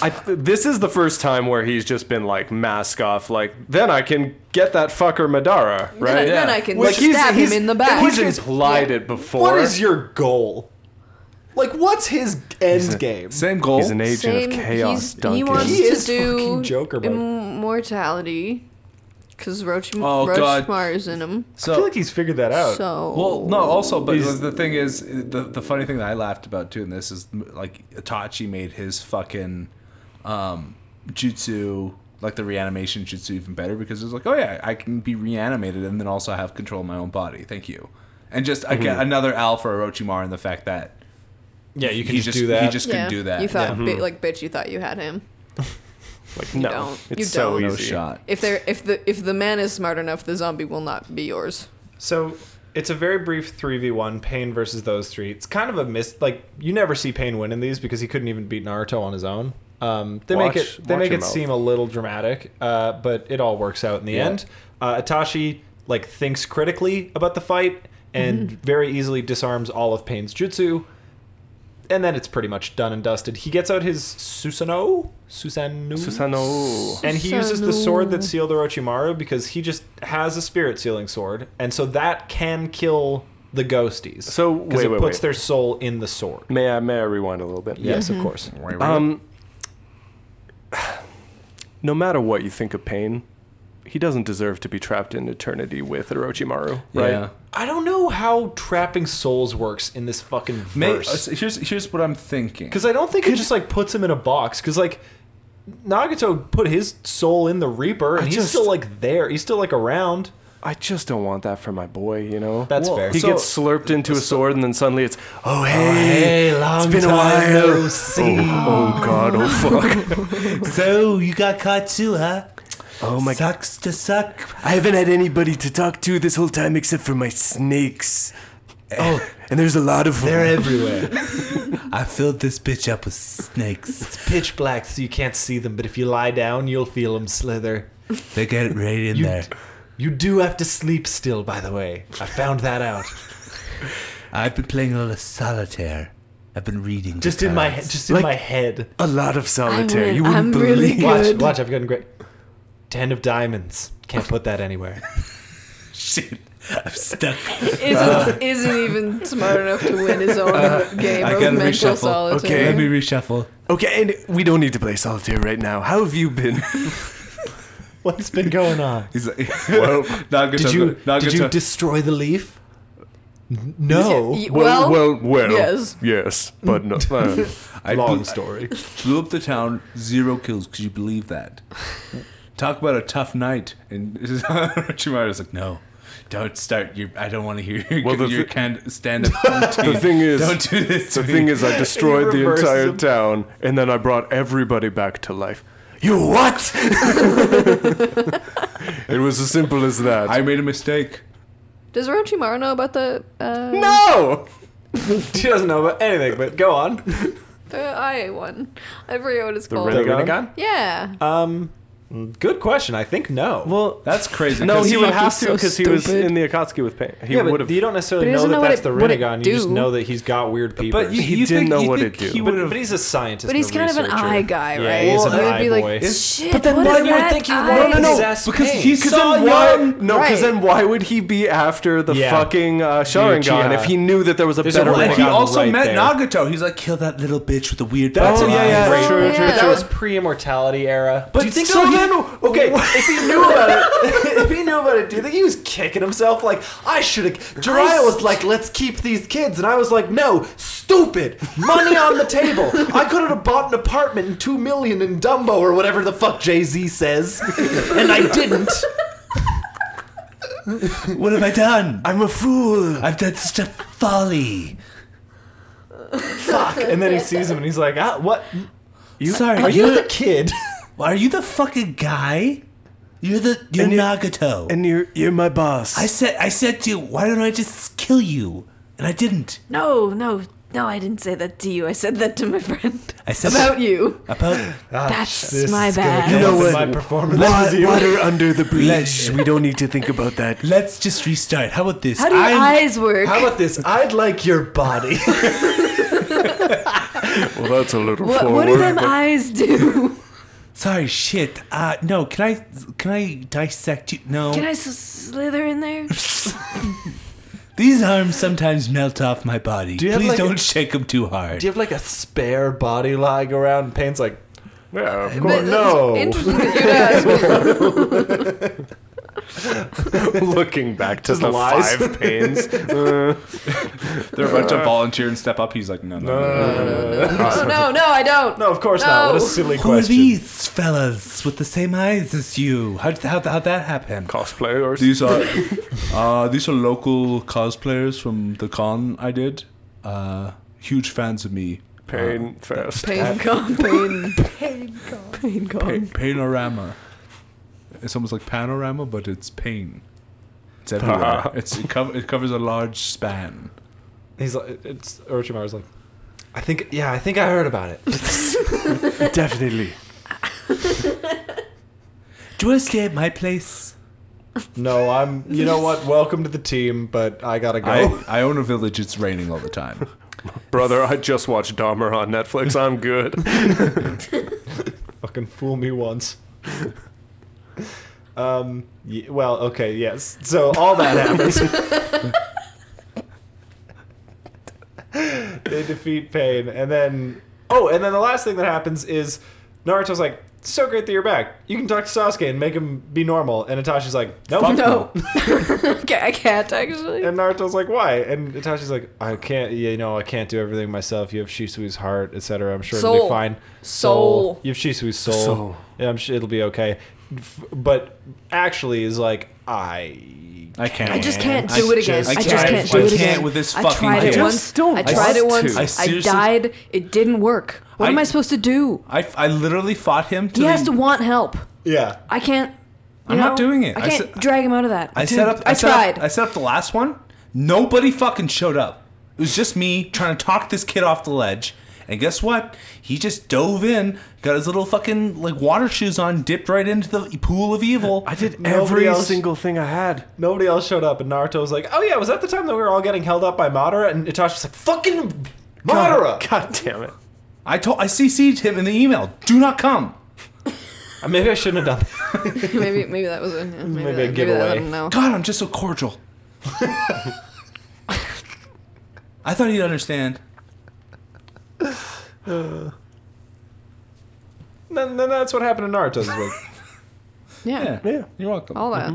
E: I, this is the first time where he's just been like mask off. Like then I can get that fucker Madara, right?
C: Then I- then I can stab him in the back.
E: He's
D: Which is-
E: implied it before.
D: What is your goal? Like, what's his end game?
B: Same goal.
E: He's an agent
C: same-
E: of chaos,
C: he's- He wants
E: Duncan.
D: He is
C: to do
D: fucking Joker mode.
C: immortality because Roach,
B: Oh, God.
C: Roachmar is in him.
D: I feel
B: so,
D: like he's figured that out.
C: So
B: well, no. Also, but the thing is, the the funny thing that I laughed about doing this is like Itachi made his fucking um, jutsu, like the reanimation jutsu, even better because it's like, oh yeah, I can be reanimated and then also have control of my own body. Thank you. And just I
E: Mm-hmm.
B: get another L for Orochimaru in the fact that
D: yeah, you can
B: he
D: just, do that.
B: He just
C: yeah,
B: can do that.
C: You thought, bi- like, bitch, you thought you had him.
E: Like, no,
C: don't.
E: it's
C: You
E: so
C: don't.
B: no
E: easy.
B: shot.
C: If there, if the, if the man is smart enough, the zombie will not be yours.
D: So it's a very brief three v one Pain versus those three. It's kind of a miss. Like you never see Pain win in these because he couldn't even beat Naruto on his own. Um, they make
E: Watch-
D: it they
E: watch
D: make
E: your
D: it
E: mouth.
D: seem a little dramatic, uh, but it all works out in the
B: Yeah.
D: end. Uh, Itachi like thinks critically about the fight and very easily disarms all of Pain's jutsu. And then it's pretty much done and dusted. He gets out his Susanoo, Susanoo,
E: Susanoo.
D: and he uses the sword that sealed Orochimaru because he just has a spirit sealing sword, and so that can kill the ghosties.
E: So,
D: 'Cause
E: wait,
D: it
E: wait,
D: puts
E: wait.
D: their soul in the sword.
E: May I may I rewind a little bit?
D: Yes, of course.
E: Um, [SIGHS] no matter what you think of Pain, he doesn't deserve to be trapped in eternity with Orochimaru, right?
B: Yeah.
D: I don't know how trapping souls works in this fucking
B: May-
D: verse
B: uh, here's here's what I'm thinking.
D: because I don't think it just like puts him in a box because like. Nagato put his soul in the Reaper, and
B: I
D: he's
B: just-
D: still like there. He's still like around.
E: I just don't want that for my boy, you know?
D: That's
B: Well,
D: fair.
E: he
B: so-
E: gets slurped into a sword, and then suddenly it's, oh, hey, it's been a while.
B: see.
E: Oh, God, oh, fuck.
B: So you got caught too, huh?
E: Oh, my God.
B: Sucks to suck.
E: I haven't had anybody to talk to this whole time except for my snakes. Oh, and there's a lot of
G: They're
D: [LAUGHS]
G: everywhere.
B: I filled this bitch up with snakes.
D: [LAUGHS]
G: It's pitch black, so you can't see them, but if you lie down, you'll feel them slither.
B: They get right in
G: You,
B: there.
G: you do have to sleep still, by the way. I found that
D: [LAUGHS]
G: out.
B: I've been playing a little solitaire. I've been reading.
G: Just
B: the
G: in my
B: cards.
G: he- just in
E: Like-
G: my
D: [LAUGHS]
G: head.
E: a lot of solitaire.
F: win.
E: You wouldn't
F: I'm
E: believe.
F: really good.
G: Watch, watch, I've gotten great. Ten of diamonds. Can't put that
D: [LAUGHS]
G: anywhere.
B: Shit. I'm stuck.
C: Isn't, isn't even smart enough to win his own game
B: I
C: of
B: gotta
C: mental
B: reshuffle.
C: solitaire.
E: Okay.
B: Let me reshuffle.
E: Okay, and we don't need to play solitaire right now. How have you [LAUGHS] been?
G: What's been going on?
B: He's like, [LAUGHS] well, not good
G: Did
B: time,
G: you
B: not good
G: did you
B: time.
G: destroy the leaf? N- [LAUGHS] No.
C: Y- Well,
E: well, well.
C: yes.
E: Yes, but [LAUGHS] no. uh,
B: I
D: [LAUGHS]
E: long
B: blew-
E: story.
B: Blew up the town, zero kills. Could you believe that? Talk about a tough night. And [LAUGHS] Richie Myers like, no, don't start. Your, I don't want to hear your,
E: Well, the
B: your
E: thi-
B: can [LAUGHS] stand up.
E: The thing is,
B: don't do this.
E: the
B: to
E: thing
B: me.
E: is, [LAUGHS] I destroyed the
D: reverses
E: entire
D: him.
E: town, and then I brought everybody back to life. You [LAUGHS] what? it was as simple as that.
B: I made a mistake.
C: Does Orochimaru know about the uh,
E: no.
D: She doesn't know about anything, but go on.
C: the I one? I forget what it's
E: The
C: called.
E: Renegon?
C: Yeah.
D: Um, good question. I think no.
E: Well,
B: That's crazy.
E: no,
B: 'cause
E: he would
C: Fuck,
E: have
C: he's
E: to
C: so
E: because he was
C: stupid.
E: in the Akatsuki with pain. He
D: [LAUGHS] yeah,
E: would
D: but you
E: have.
D: don't necessarily
C: But he
D: know
C: doesn't
D: that
C: know what
D: that's
C: it-
D: the
C: what it
D: Renegon. You just
C: do.
D: know that he's got weird peepers.
B: But you,
E: He
B: you
E: didn't
B: think-
E: know
B: you
E: what
B: think
E: to do.
B: He
D: But,
B: would have.
D: but he's a scientist.
C: But he's
D: and a
C: kind of an
D: researcher.
C: eye guy,
D: Yeah,
C: right?
D: he is
C: Well,
D: an
C: it would
D: eye
C: be like,
D: boy.
F: Shit,
C: But then
F: what
C: why
F: is
C: do you
F: that
C: think you
F: I-
C: wanted
E: No, no, no.
D: Possess
E: Because
D: pain.
E: he's
D: Saw
E: then why?
D: young-
E: No, because
C: Right.
E: then why would he be after the
D: Yeah.
E: fucking uh, Sharingan
D: Uchiha.
E: if he knew that there was a
D: There's a
E: better
D: whole
E: way?
B: And he
D: Renegon
B: also
D: right
B: met
D: there.
B: Nagato. He's like, kill that little bitch with the weird.
D: That's
E: Oh,
D: a
E: yeah,
D: great- great-
E: yeah, true,
C: true,
D: That
C: true.
D: was pre-immortality era.
E: But
D: Do you think
E: so
D: so? He,
E: then-
D: okay, if he knew about [LAUGHS] it, if he knew about it, do you think he was kicking himself? Like I should have. Jiraiya was like, "Let's keep these kids," and I was like, "No, stupid! Money on the table. I could have bought an apartment and two million in Dumbo or whatever the fuck Jay Z says, and I didn't."
B: What have I done?
E: I'm a fool.
B: I've done such a folly.
D: Fuck! And then he sees him and he's like, "Ah, what?
B: You, Sorry,
D: Are you the kid?"
B: Are you the fucking guy? You're the you're
E: And you-
B: Nagato.
E: And you're you're my boss.
B: I said I said to you, why don't I just kill you? And I didn't.
F: No, no, no, I didn't say that to you. I said that to my friend.
B: I said
C: about you.
B: about
F: That's
D: this
F: my
D: is gonna
F: bad.
E: You
D: get
E: know
D: off
E: what?
D: My performance.
E: Wa-
D: with you.
E: water under the bridge. we don't need to think about that.
B: let's just restart. How about this?
F: How do your
B: I'm-
F: eyes work?
G: How about this? I'd like your
B: [LAUGHS]
G: body.
E: [LAUGHS] Well, that's a little
F: what, what do them eyes do?
B: sorry, shit. Uh no, can I can I dissect you? No.
F: Can I s- slither in there?
B: These arms sometimes melt off my body.
G: you have,
B: Please
G: like,
B: don't
G: a-
B: shake them too hard.
G: Do you have like a spare body lying around? And Payne's like,
E: yeah, of
C: But
E: course.
C: it's
D: no.
C: Interesting that you ask.
E: [LAUGHS] Looking back to the
D: lies. [LAUGHS]
E: five pains. Uh,
B: They're about to volunteer and step up. He's like, no, no. no, no.
C: Oh, no, no, I don't.
D: [LAUGHS] No, of course not. What a silly
B: Who are
D: question.
B: these fellas with the same eyes as you? How how how'd that happen?
E: [LAUGHS] Cosplay or
B: These are uh, these are local cosplayers from the con I did. Uh, huge fans of me. Uh,
E: pain
D: Uh,
E: fest.
C: Pain gone, pain. Pain
B: Pa-
C: gone.
B: Painorama. It's almost like panorama, but it's pain. It's
E: Uh-huh.
B: everywhere. it's, it, cov- it covers a large span.
D: He's like, it's Orochimaru's like,
G: I think, yeah, I think I heard about it.
B: [LAUGHS]
E: Definitely.
B: Do you want to stay at my place?
D: No, I'm. You know what? Welcome to the team, but I gotta go.
B: I own a village. It's raining all the time.
E: Brother, I just watched Dahmer on Netflix. I'm good.
D: Fucking fool me once. um. y well, okay. Yes. So all that happens. they defeat Pain, and then oh, and then the last thing that happens is Naruto's like, "So great that you're back. You can talk to Sasuke and make him be normal." And Itachi's like, "No,
F: [LAUGHS]
B: Fuck
C: No. Okay, I can't actually.
D: And Naruto's like, why? And Itachi's like, I can't, you know, I can't do everything myself. You have Shisui's heart, etc. I'm sure it'll be
C: Soul.
D: fine.
C: Soul.
D: You have Shisui's soul.
E: Soul.
D: Yeah, I'm sure it'll be okay. F- But actually, is like, I
B: I can't.
C: I just can't do it again. I just
B: tried-
C: can't do it
B: I
C: again.
B: can't with this
C: I
B: fucking
C: tried
B: hand.
C: it
E: I
C: once.
E: just don't
C: I tried it
E: want
C: once.
E: to.
B: I
C: I,
B: seriously-
C: died. It didn't work. What am
B: I-
C: I supposed to do?
B: I, I literally fought him.
C: He
B: till
C: has to want help.
D: yeah.
C: I can't. you
B: I'm not
C: know?
B: doing it.
C: I
B: I
C: can't
B: said-
C: drag him out of that.
B: I set up. I,
C: I
B: set up-
C: tried.
B: I set up the last one. Nobody fucking showed up. It was just me trying to talk this kid off the ledge. And guess what? He just dove in, got his little fucking like water shoes on, dipped right into the pool of evil.
E: I [LAUGHS] did
D: Nobody
E: every
D: else-
E: single thing I had.
D: Nobody else showed up, and Naruto was like, "Oh yeah, was that the time that we were all getting held up by Madara?" And Itachi's like, "Fucking Madara!"
E: God, God damn it.
B: I told I CC'd him in the email. Do not come.
D: Uh, [LAUGHS] Maybe I shouldn't have done
B: [LAUGHS]
C: [LAUGHS]
D: that.
C: maybe maybe that was it. Yeah, maybe,
D: Maybe a
C: that, maybe that, I
D: giveaway.
C: don't know.
B: God, I'm just so cordial. I thought he'd understand.
D: Then, then that's what happened to Naruto this week.
C: Yeah.
B: Yeah, Mm-hmm. Uh,
E: Yeah.
B: you're welcome.
C: All that.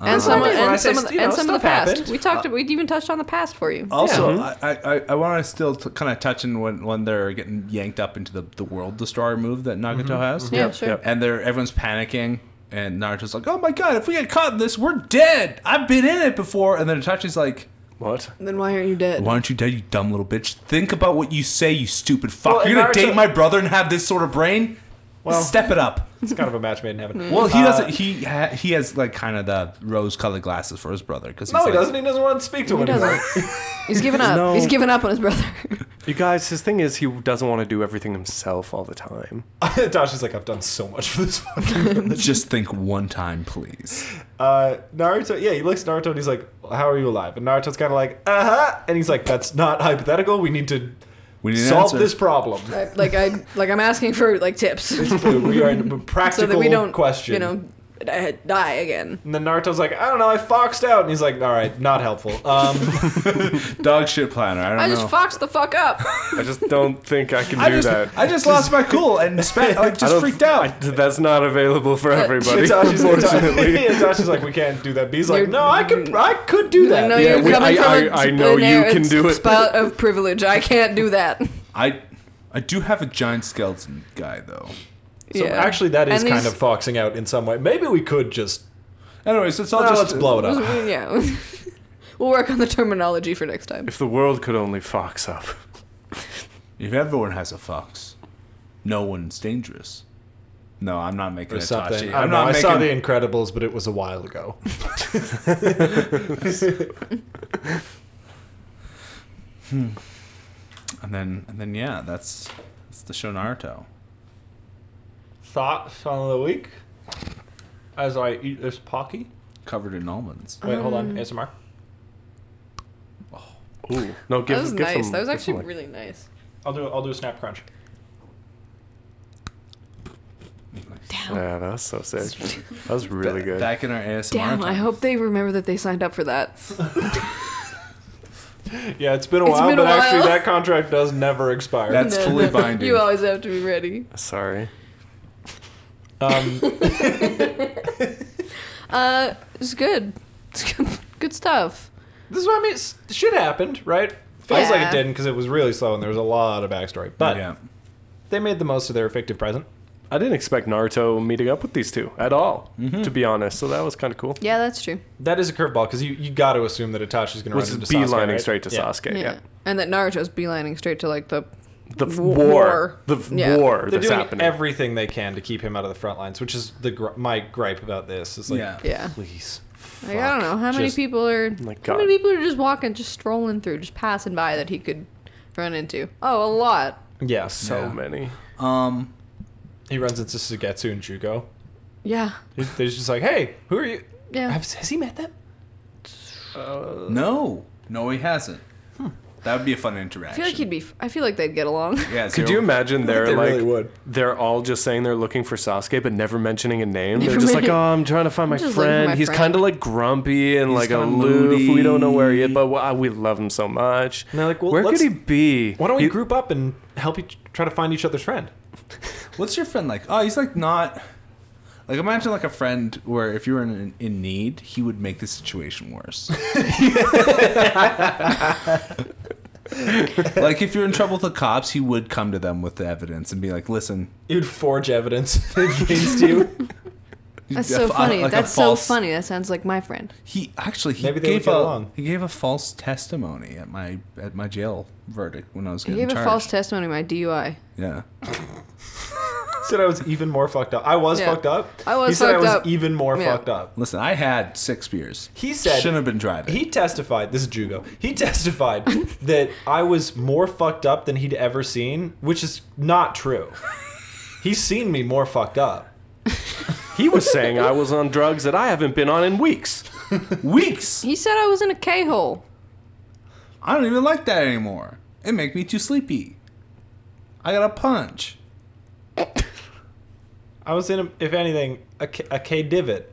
C: And some,
D: Well,
C: of,
D: when I
C: and
D: say
C: some, of,
D: st-
C: the,
D: you know,
C: and some of the
D: stuff
C: past.
D: happened.
C: We talked. we even touched on the past for you.
B: Also, I, I, I want to still t- kind of touch on when, when they're getting yanked up into the, the world destroyer move that Nagato has.
C: Yeah, sure.
E: yep.
B: And they're everyone's panicking, and Naruto's like, "Oh my god, if we get caught in this, we're dead. I've been in it before." And then Itachi's like,
E: What?
C: Then why aren't you dead?
B: "Why aren't you dead, you dumb little bitch? Think about what you say, you stupid fuck.
D: Well,
B: You're gonna
D: Naruto-
B: date my brother and have this sort of brain? Step it up."
D: [LAUGHS] It's kind of a match made in heaven.
C: Hmm.
B: Well, he doesn't. He ha- he has like kind of the rose-colored glasses for his brother because
D: No, he doesn't. He doesn't want to speak to
C: He
D: him anymore.
B: [LAUGHS]
C: doesn't. He's given up.
E: No.
C: He's given up on his brother.
E: You guys, his thing is he doesn't want to do everything himself all the time.
D: [LAUGHS] Itachi's like, "I've done so much for this
C: [LAUGHS]
D: fucking."
B: Just think one time, please.
D: Uh, Naruto, yeah, he looks at Naruto and he's like, "How are you alive?" And Naruto's kind of like, "Uh huh," and he's like, "That's not hypothetical. We need to
B: We need an
D: solve
B: answer.
C: [LAUGHS]
D: this problem.
C: I- like I like I'm asking for like tips [LAUGHS] so
D: we are in a practical
C: that we don't
D: question."
C: you know d- die again.
D: And then Naruto's like, "I don't know. I foxed out," and he's like, "All right, not helpful." Um,
E: [LAUGHS]
B: Dog shit planner. I don't
C: I
B: know.
C: just foxed the fuck up.
E: I just don't think I can do
B: I just,
E: that.
B: I just lost my cool and
E: [LAUGHS]
B: spat, like
E: I
B: just
E: don't-
B: freaked out.
E: I- that's not available
C: Uh,
E: for [LAUGHS] everybody,
D: Itachi's, [LAUGHS]
E: unfortunately.
D: Itachi- Itachi's like, "We can't do that." B's like,
C: You're-
D: "No, I could, I could do that."
C: I know
E: Yeah,
C: you're
E: we-
C: coming
E: I-
C: from a
E: I- I know
C: an
E: you
C: air-
E: can do it.
C: spot of privilege. I can't do
E: [LAUGHS]
C: that.
B: I I do have a giant skeleton guy though.
D: So
C: yeah.
D: actually, that is
C: And
D: kind
C: these-
D: of foxing out in some way. Maybe we could just
B: Anyways, it's all
D: well,
B: just
D: let's blow
E: [LAUGHS]
D: it up.
C: [LAUGHS] yeah. [LAUGHS] we'll work on the terminology for next time.
E: If the world could only fox up.
B: If everyone has a fox, no one's dangerous. No, I'm not making
D: Or
B: a
D: something.
B: Tachi. I'm
D: I, don't know,
B: not
D: I
B: making.
D: saw The Incredibles, but it was a while ago.
B: and then and then yeah, that's that's the show Naruto.
D: Thoughts on the week as I eat this Pocky?
B: Covered in almonds.
D: Wait, hold on. ASMR.
E: Ooh. No, give
C: that was
E: give
C: nice.
E: some-
C: that was
E: give
C: actually
E: some, like-
C: really nice.
D: I'll do. I'll do a snap crunch.
E: Yeah, that was so sick. That was really
B: Ba-
E: good.
B: Back in our ASMR.
C: Damn, I
B: time.
C: hope they remember that they signed up for that.
D: [LAUGHS] Yeah, it's been a
C: It's
D: while,
C: been a
D: but actually,
C: while.
D: that contract does never
C: [LAUGHS]
D: expire.
B: That's fully binding.
C: You always have to be ready.
E: Sorry.
D: um,
C: Uh, it's good. It's good, good stuff.
D: this is what I mean. s- Shit happened, right? Feels like it
C: Yeah.
D: didn't because it was really slow and there was a lot of backstory. But
B: yeah.
D: they made the most of their effective present.
E: I didn't expect Naruto meeting up with these two at all, to be honest. So that was kind of cool.
C: Yeah, that's true.
D: That is a curveball because you, you got to assume that Itachi's going to run
E: Which is
D: into
E: beelining
D: Sasuke, right?
E: straight to
D: Yeah.
E: Sasuke.
C: Yeah.
E: Yeah.
C: And that Naruto's beelining straight to like the
E: The f-
C: War.
E: war, the f-
C: Yeah.
E: war
D: They're
E: that's
D: doing
E: happening.
D: everything they can to keep him out of the front lines, which is the gri- my gripe about this. Is like,
B: Yeah.
C: yeah.
D: please,
C: Like, I don't know how many
D: Just-
C: people are
E: my
C: how
E: God.
C: many people are just walking, just strolling through, just passing by that he could run into. Oh, a lot.
D: yeah.
E: so
D: So
B: Yeah.
E: many.
B: Um.
D: he runs into Sugetsu and Jugo.
C: Yeah,
D: He's, they're just like, hey, who are you?
C: yeah.
D: Have, has he met them?
B: No. No, he hasn't. That would be a fun
C: Hmm. I
B: interaction.
C: feel like he'd be. f- I feel like they'd get
D: [LAUGHS]
C: along.
B: Yeah,
E: Could
B: zero-
E: you imagine they're
D: they
E: like
D: really would.
E: they're all just saying they're looking for Sasuke but never mentioning a name?
C: Never
E: They're just like,
C: mind.
E: oh, I'm trying to find my
C: just looking for
E: friend.
C: my
E: He's
C: friend.
E: kind of like grumpy and like
B: kinda
E: aloof. We don't know where he is,
B: moody.
E: but wow, we love him so much.
D: And they're like, well,
E: where could
D: let's-
E: he be?
D: Why don't we
E: He-
D: group up and help each try to find each other's friend?
B: What's your friend like? Oh, he's like not. Like imagine like a friend where if you were in in need, he would make the situation
C: [LAUGHS]
B: worse. like if you're in trouble with the cops, he would come to them with the evidence and be like, "Listen,
D: [LAUGHS] You'd forge evidence against you.
C: That's
B: A
C: so
B: f- a-
C: funny.
B: like a
C: That's so
B: false-
C: funny. That sounds like my friend.
B: He actually he
D: Maybe they would
B: gave
D: get
B: a
D: along.
B: he gave a false testimony at my at my jail verdict when I was
C: He
B: getting
C: gave a
B: charged.
C: false testimony. My DUI.
B: yeah,
D: said I was even more fucked up. I was
C: Yeah.
D: fucked up.
C: I was
D: He said I
C: fucked
D: was
C: up.
D: even more
C: Yeah.
D: fucked up.
B: listen, I had six beers.
D: He said
B: shouldn't have been driving.
D: He testified. This is Jugo. He testified [LAUGHS] that I was more fucked up than he'd ever seen, which is not true. He's seen me more fucked up.
E: He
D: [LAUGHS]
E: was saying I was on drugs that I haven't been on in weeks.
B: Weeks.
C: He said I was in a K hole.
B: I don't even like that anymore. It make me too sleepy. I got a punch.
D: I was in, a, if anything, a K, a
C: [LAUGHS]
D: K divot.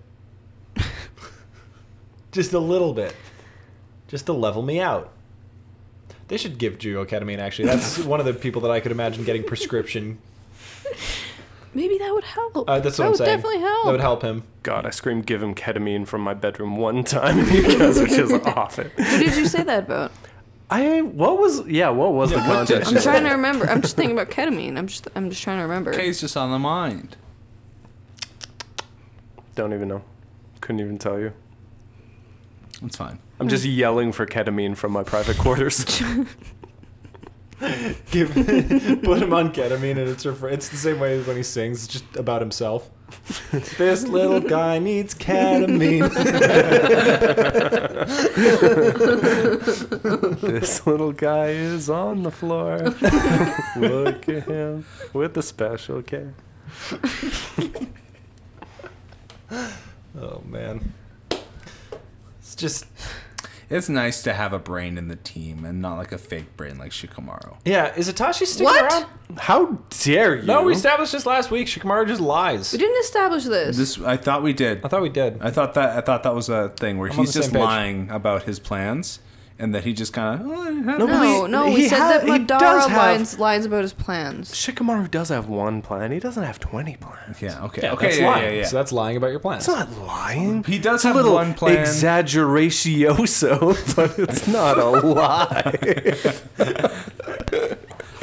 D: Just a little bit. Just to level me out. They should give Jugo ketamine,
C: [LAUGHS]
D: actually. That's one of the people that I could imagine getting prescription.
C: Maybe that would help.
D: Uh, that's
C: that
D: what I'm
C: would
D: saying.
C: definitely help.
D: That would
C: [LAUGHS]
D: help him.
E: God, I screamed "Give him ketamine" from my bedroom one [LAUGHS] time, and you guys are just [LAUGHS] off it.
C: Who did you say that about?
E: I what was yeah what was the
B: what did
D: [LAUGHS]
E: context?
B: you-
C: I'm trying to remember. I'm just thinking about ketamine. I'm just I'm just trying to remember.
B: K's just on the mind.
E: Don't even know. Couldn't even tell you.
B: It's fine.
E: I'm just yelling for ketamine from my
C: [LAUGHS]
E: private quarters.
D: Give, put him [LAUGHS] on ketamine, and it's refer- it's the same way as when he sings, it's just about himself.
C: [LAUGHS]
D: this little guy needs ketamine.
C: [LAUGHS]
D: [LAUGHS]
E: [LAUGHS] this little guy is on the [LAUGHS] floor. Look at him with the special K.
D: oh man, it's just
B: It's nice to have a brain in the team and not like a fake brain like Shikamaru.
D: yeah. Is Itachi sticking
C: What?
D: around?
E: How dare you?
D: No, we established this last week. Shikamaru just lies.
C: We didn't establish this.
B: This I thought we did.
D: I thought we did.
B: I thought that I thought that was a thing where
D: I'm on
B: he's
D: the
B: just
D: same page.
B: lying about his plans and that he just "Oh, kind of
C: no, no, we
E: he
C: said
E: ha-
C: that
E: he does
C: Madara
E: have-
C: lies, lies about his plans.
E: Shikamaru does have one plan. He doesn't have 20 plans.
B: yeah okay
D: Yeah,
B: okay
D: that's
B: yeah,
D: lying.
B: yeah, yeah.
D: So that's lying about your plans.
E: It's not lying.
B: he does
E: It's a
B: have
E: little
B: one plan.
E: exaggeratioso, [LAUGHS] but it's not [LAUGHS] a lie.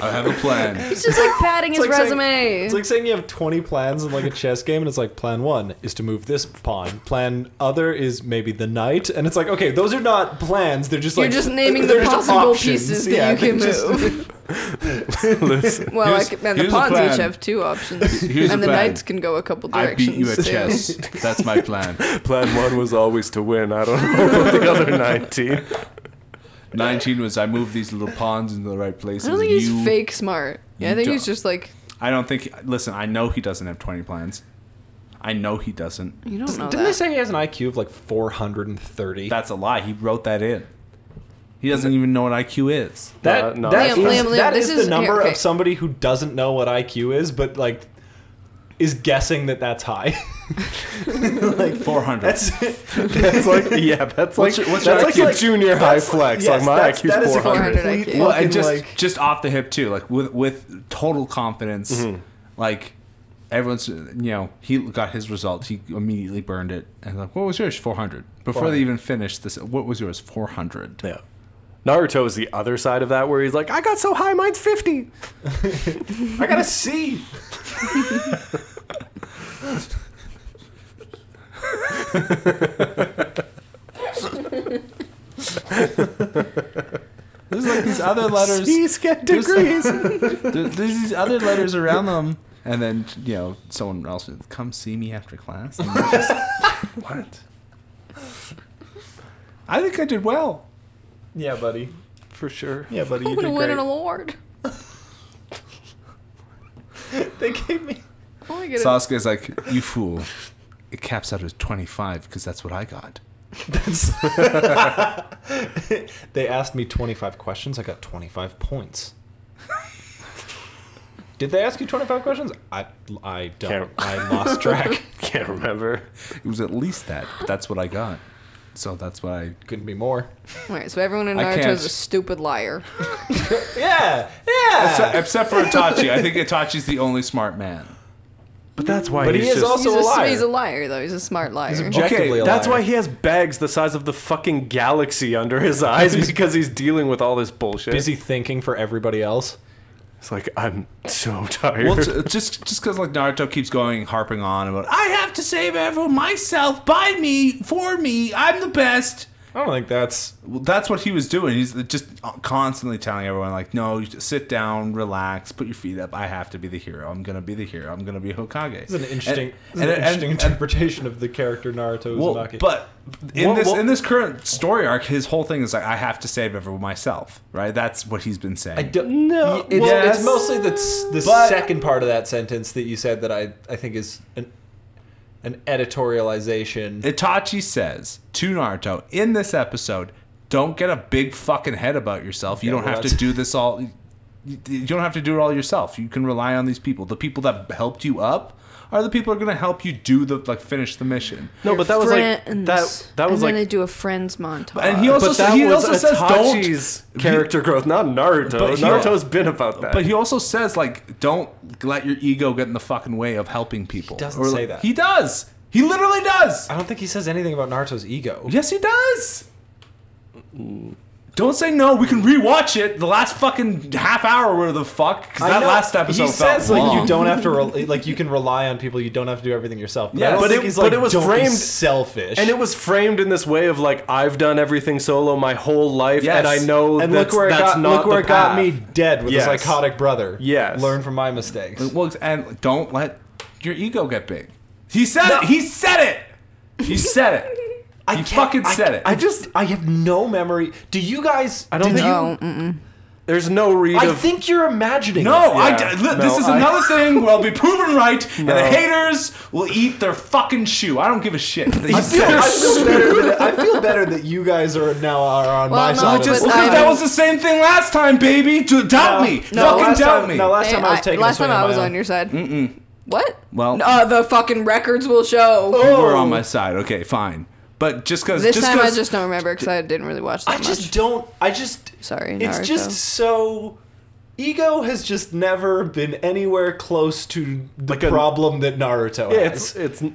B: I have a
D: [LAUGHS]
B: plan.
C: It's just like padding his
D: like saying-
C: resume.
D: It's like saying you have 20 plans in like a chess game, and it's like plan one is to move this pawn, plan other is maybe the knight, and it's like okay, those are not plans. They're just
C: You're
D: like [LAUGHS]
C: just naming the
D: they're just
C: possible
D: options.
C: pieces that
D: Yeah,
C: you
D: they're
C: can
D: just-
C: move. well, I
B: here's-
C: can, and the
B: here's a
C: pawns
B: plan.
C: each have two options,
B: Here's
C: and
B: a
C: the
B: plan.
C: knights can go a couple
B: I
C: directions.
B: beat you at
C: too.
B: chess. That's my plan.
E: plan one was always to win. I don't know about the other [LAUGHS] 19.
B: Nineteen was I move these little pawns into the right places.
C: [LAUGHS] I don't think
B: You-
C: he's fake smart. Yeah, I
B: you
C: think he's
B: don't.
C: just like
B: I don't think. Listen, I know he doesn't have twenty plans. I know he doesn't.
C: you don't know
D: Didn't they
C: that.
D: say he has an IQ of like 430?
B: That's a lie. He wrote that in. He doesn't even know what IQ is.
D: That,
E: Uh, no,
D: that is-
E: Liam,
C: Liam, Liam,
D: that
C: this
D: is
C: is-
D: the
C: here,
D: number
C: okay.
D: of somebody who doesn't know what IQ is, but like is guessing that that's high. [LAUGHS]
B: Four hundred.
D: that's
E: It's like, yeah, that's like,
B: your- what's
E: that's
B: your
E: like
B: IQ?
E: a junior high flex.
D: yes,
E: like, my
D: that's-
E: IQ's
D: that is a
E: 400.
C: 400
D: complete
C: IQ.
B: well,
D: fucking,
B: and just
D: like-
B: just off the hip too, like with with total confidence, like everyone's you know he got his result, he immediately burned it, and like what was yours? Four hundred. Before they even finished this, what was yours? Four hundred.
E: Yeah. Naruto is the other side of that, where he's like, I got so high, mine's 50.
D: I gotta see.
B: There's like these other letters.
E: He's get degrees.
B: [LAUGHS] there- there's these other letters around them, and then you know someone else would come see me after class. And they're just, [LAUGHS] what? I think I did well.
D: Yeah, buddy.
E: For sure.
D: Yeah, buddy.
C: I'm
D: You
C: gonna
D: did
C: win
D: great.
C: an award.
D: They gave me.
C: Oh my goodness.
B: Sasuke's like, you fool. It caps out at 25 because that's what I got.
D: They asked me 25 questions. I got 25 points. Did they ask you 25 questions? I I don't.
E: Can't-
D: I lost
E: [LAUGHS]
D: track.
E: Can't remember.
B: It was at least that, but that's what I got. So that's what I.
D: Couldn't be more.
C: All right, so everyone in
B: I
C: Naruto
B: can't-
C: is a stupid liar.
D: Yeah, yeah.
B: Except for Itachi. I think Itachi's the only smart man.
E: But that's why
D: But he
E: he's
D: is
E: just,
D: also-
C: He's a,
D: a liar.
C: he's a liar, though. He's a smart liar.
D: Objectively a
E: That's
D: liar.
E: why he has bags the size of the fucking [LAUGHS] galaxy under his eyes because he's dealing with all this bullshit.
D: busy thinking for everybody else.
E: It's like I'm so [LAUGHS] tired.
B: Well, t- just just because like Naruto keeps going harping on about I have to save everyone myself by me for me I'm the best.
D: I don't think that's
B: Well, that's what he was doing. He's just constantly telling everyone like, no, you just sit down, relax, put your feet up. I have to be the hero. I'm gonna be the hero. I'm gonna be Hokage.
D: it's an interesting, it's
B: And-
D: an
B: and-
D: interesting
B: and-
D: interpretation of the character Naruto
B: well,
D: Uzumaki.
B: but in
E: Well,
B: this
E: well-
B: in this current story arc, his whole thing is like, I have to save everyone myself. Right? That's what he's been saying.
D: I don't.
E: No,
D: it's,
E: well,
D: it's
E: yes.
D: mostly the s- the
B: But-
D: second part of that sentence that you said that I I think is an an editorialization.
B: Itachi says to Naruto in this episode, "Don't get a big fucking head about yourself. You
D: Yeah,
B: don't
D: well,
B: have to
D: that's-
B: do this all. You you don't have to do it all yourself. You can rely on these people. The people that helped you up are the people who are going to help you do the like finish the mission."
E: no, but that was like
C: friends.
E: that. That was
C: and
E: like. uh,
C: then they do a friends montage.
B: And he also
E: but that
B: he
E: was
B: also says don't.
E: Itachi's character growth, not Naruto.
B: But he-
E: Naruto's been about that.
B: But he also says like don't let your ego get in the fucking way of helping people. He
D: doesn't say that.
B: He does. He literally does.
D: I don't think he says anything about Naruto's ego.
B: Yes, he does. Don't say no. We can rewatch it. The last fucking half hour, where the fuck? Because
D: I
B: that
D: know,
B: last episode
D: he
B: felt
D: says like
B: long.
D: you don't have to re- [LAUGHS] like you can rely on people. You don't have to do everything yourself. But,
B: Yeah,
D: I don't
B: but
D: think
E: it-
D: he's
E: but
D: like,
E: it was
D: "Don't be
E: framed-
D: selfish.
E: and it was framed in this way of like I've done everything solo my whole life,
B: Yes.
E: and I know
D: and
E: that's,
D: look where it
E: that's
D: got
E: not
D: look where
E: the
D: it got
E: path.
D: me dead with
E: Yes.
D: a psychotic brother.
E: Yes.
D: learn from my mistakes.
B: Well, and don't let your ego get big. He said it. He said it. He said it.
D: I
B: He
D: can't-
B: fucking
D: I-
B: said it.
D: I just I have no memory. Do you guys?
E: I don't
D: did
E: think-
D: you-
C: oh, mm-mm.
E: There's no read
D: I
E: of
D: think you're imagining.
B: No,
D: it.
B: I.
E: Yeah,
B: d- li- this
E: no,
B: is
E: I-
B: another thing where I'll be proven right, and the
E: No.
B: haters will eat their fucking shoe. I don't give a shit. He said
D: I
B: it.
D: feel better. That, I feel better that you guys are now are on
C: Well,
D: my
C: no,
D: side. of
C: but
D: it.
B: Well, 'cause
C: I-
B: that was the same thing last time, baby. To doubt me, fucking
D: last
B: doubt
D: time,
B: me.
D: No, last time I was
C: Hey,
D: taking. a
C: last
D: swing
C: time I
D: my
C: was
D: own.
C: on your side. Mm-mm. What?
B: Well-
C: uh, the fucking records will show.
B: You were on my side. Okay, fine. But just because
C: This
B: just
C: time I
B: 'cause-
C: just don't remember because I didn't really watch that
D: I
C: much.
D: just don't. I just.
C: Sorry,
D: It's
C: Naruto.
D: just so. Ego has just never been anywhere close to the
E: Like a-
D: problem that Naruto
E: Yeah,
D: has.
E: it's it's.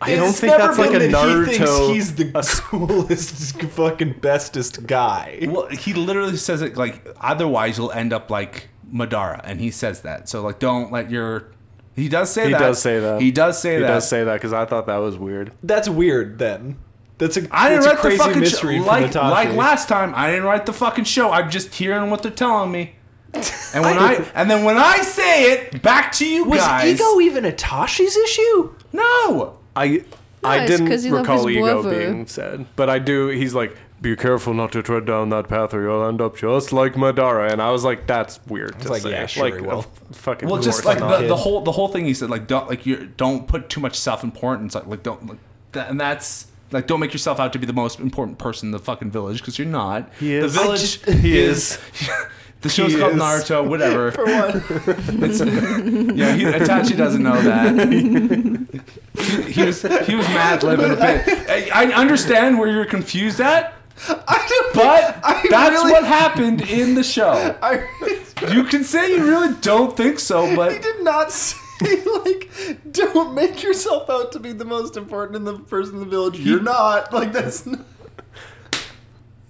E: I don't think that's like a
D: Naruto. He thinks
E: Naruto.
D: he's
E: [LAUGHS]
D: the coolest, [LAUGHS] fucking bestest guy.
B: Well, he literally says it like otherwise you'll end up like Madara, and he says that. So like, don't let your. He does say
E: He
B: that.
E: does say that.
B: He does say
E: he
B: that.
E: does say that because I thought that was weird.
D: That's weird. Then that's a
B: I didn't
D: that's a
B: write the
D: crazy
B: fucking
D: misread
B: show.
D: from
B: Like,
D: Itachi.
B: like last time, I didn't write the fucking show. I'm just hearing what they're telling
E: [LAUGHS]
B: me. And when I, and then when I say it back to you
D: Was
B: guys,
D: ego even Atashi's issue?
B: no.
E: I I
C: it's 'cause
E: didn't
C: he loved
E: recall
C: his
E: ego
C: brother.
E: being said, but I do. He's like, "Be careful not to tread down that path, or you'll end up just like Madara." And I was like, "That's weird." To
D: like,
E: say.
D: yeah, sure
E: like,
D: he will.
E: a f- fucking.
B: Well, just like
E: horse not.
B: the, the
D: kid.
B: whole the whole thing he said, like don't like you don't put too much self importance like like don't like that, and that's like don't make yourself out to be the most important person in the fucking village because you're not.
E: He
B: The
E: is.
B: village
E: I ju- [LAUGHS] he is.
B: [LAUGHS] The show's
E: He
B: called
E: is.
B: Naruto, whatever. For what? [LAUGHS] It's, yeah, he, Itachi doesn't know that. [LAUGHS] He, he was he was mad living a bit. I, I understand where you're confused at,
E: [LAUGHS]
D: [LAUGHS]
B: but that's what happened in the show.
D: I
B: You can say you really don't think so, [LAUGHS]
E: [LAUGHS]
B: but
D: he did not say [LAUGHS] like, don't make yourself out to be the most important in the person in the village. You're not. [LAUGHS] Like that's. Not,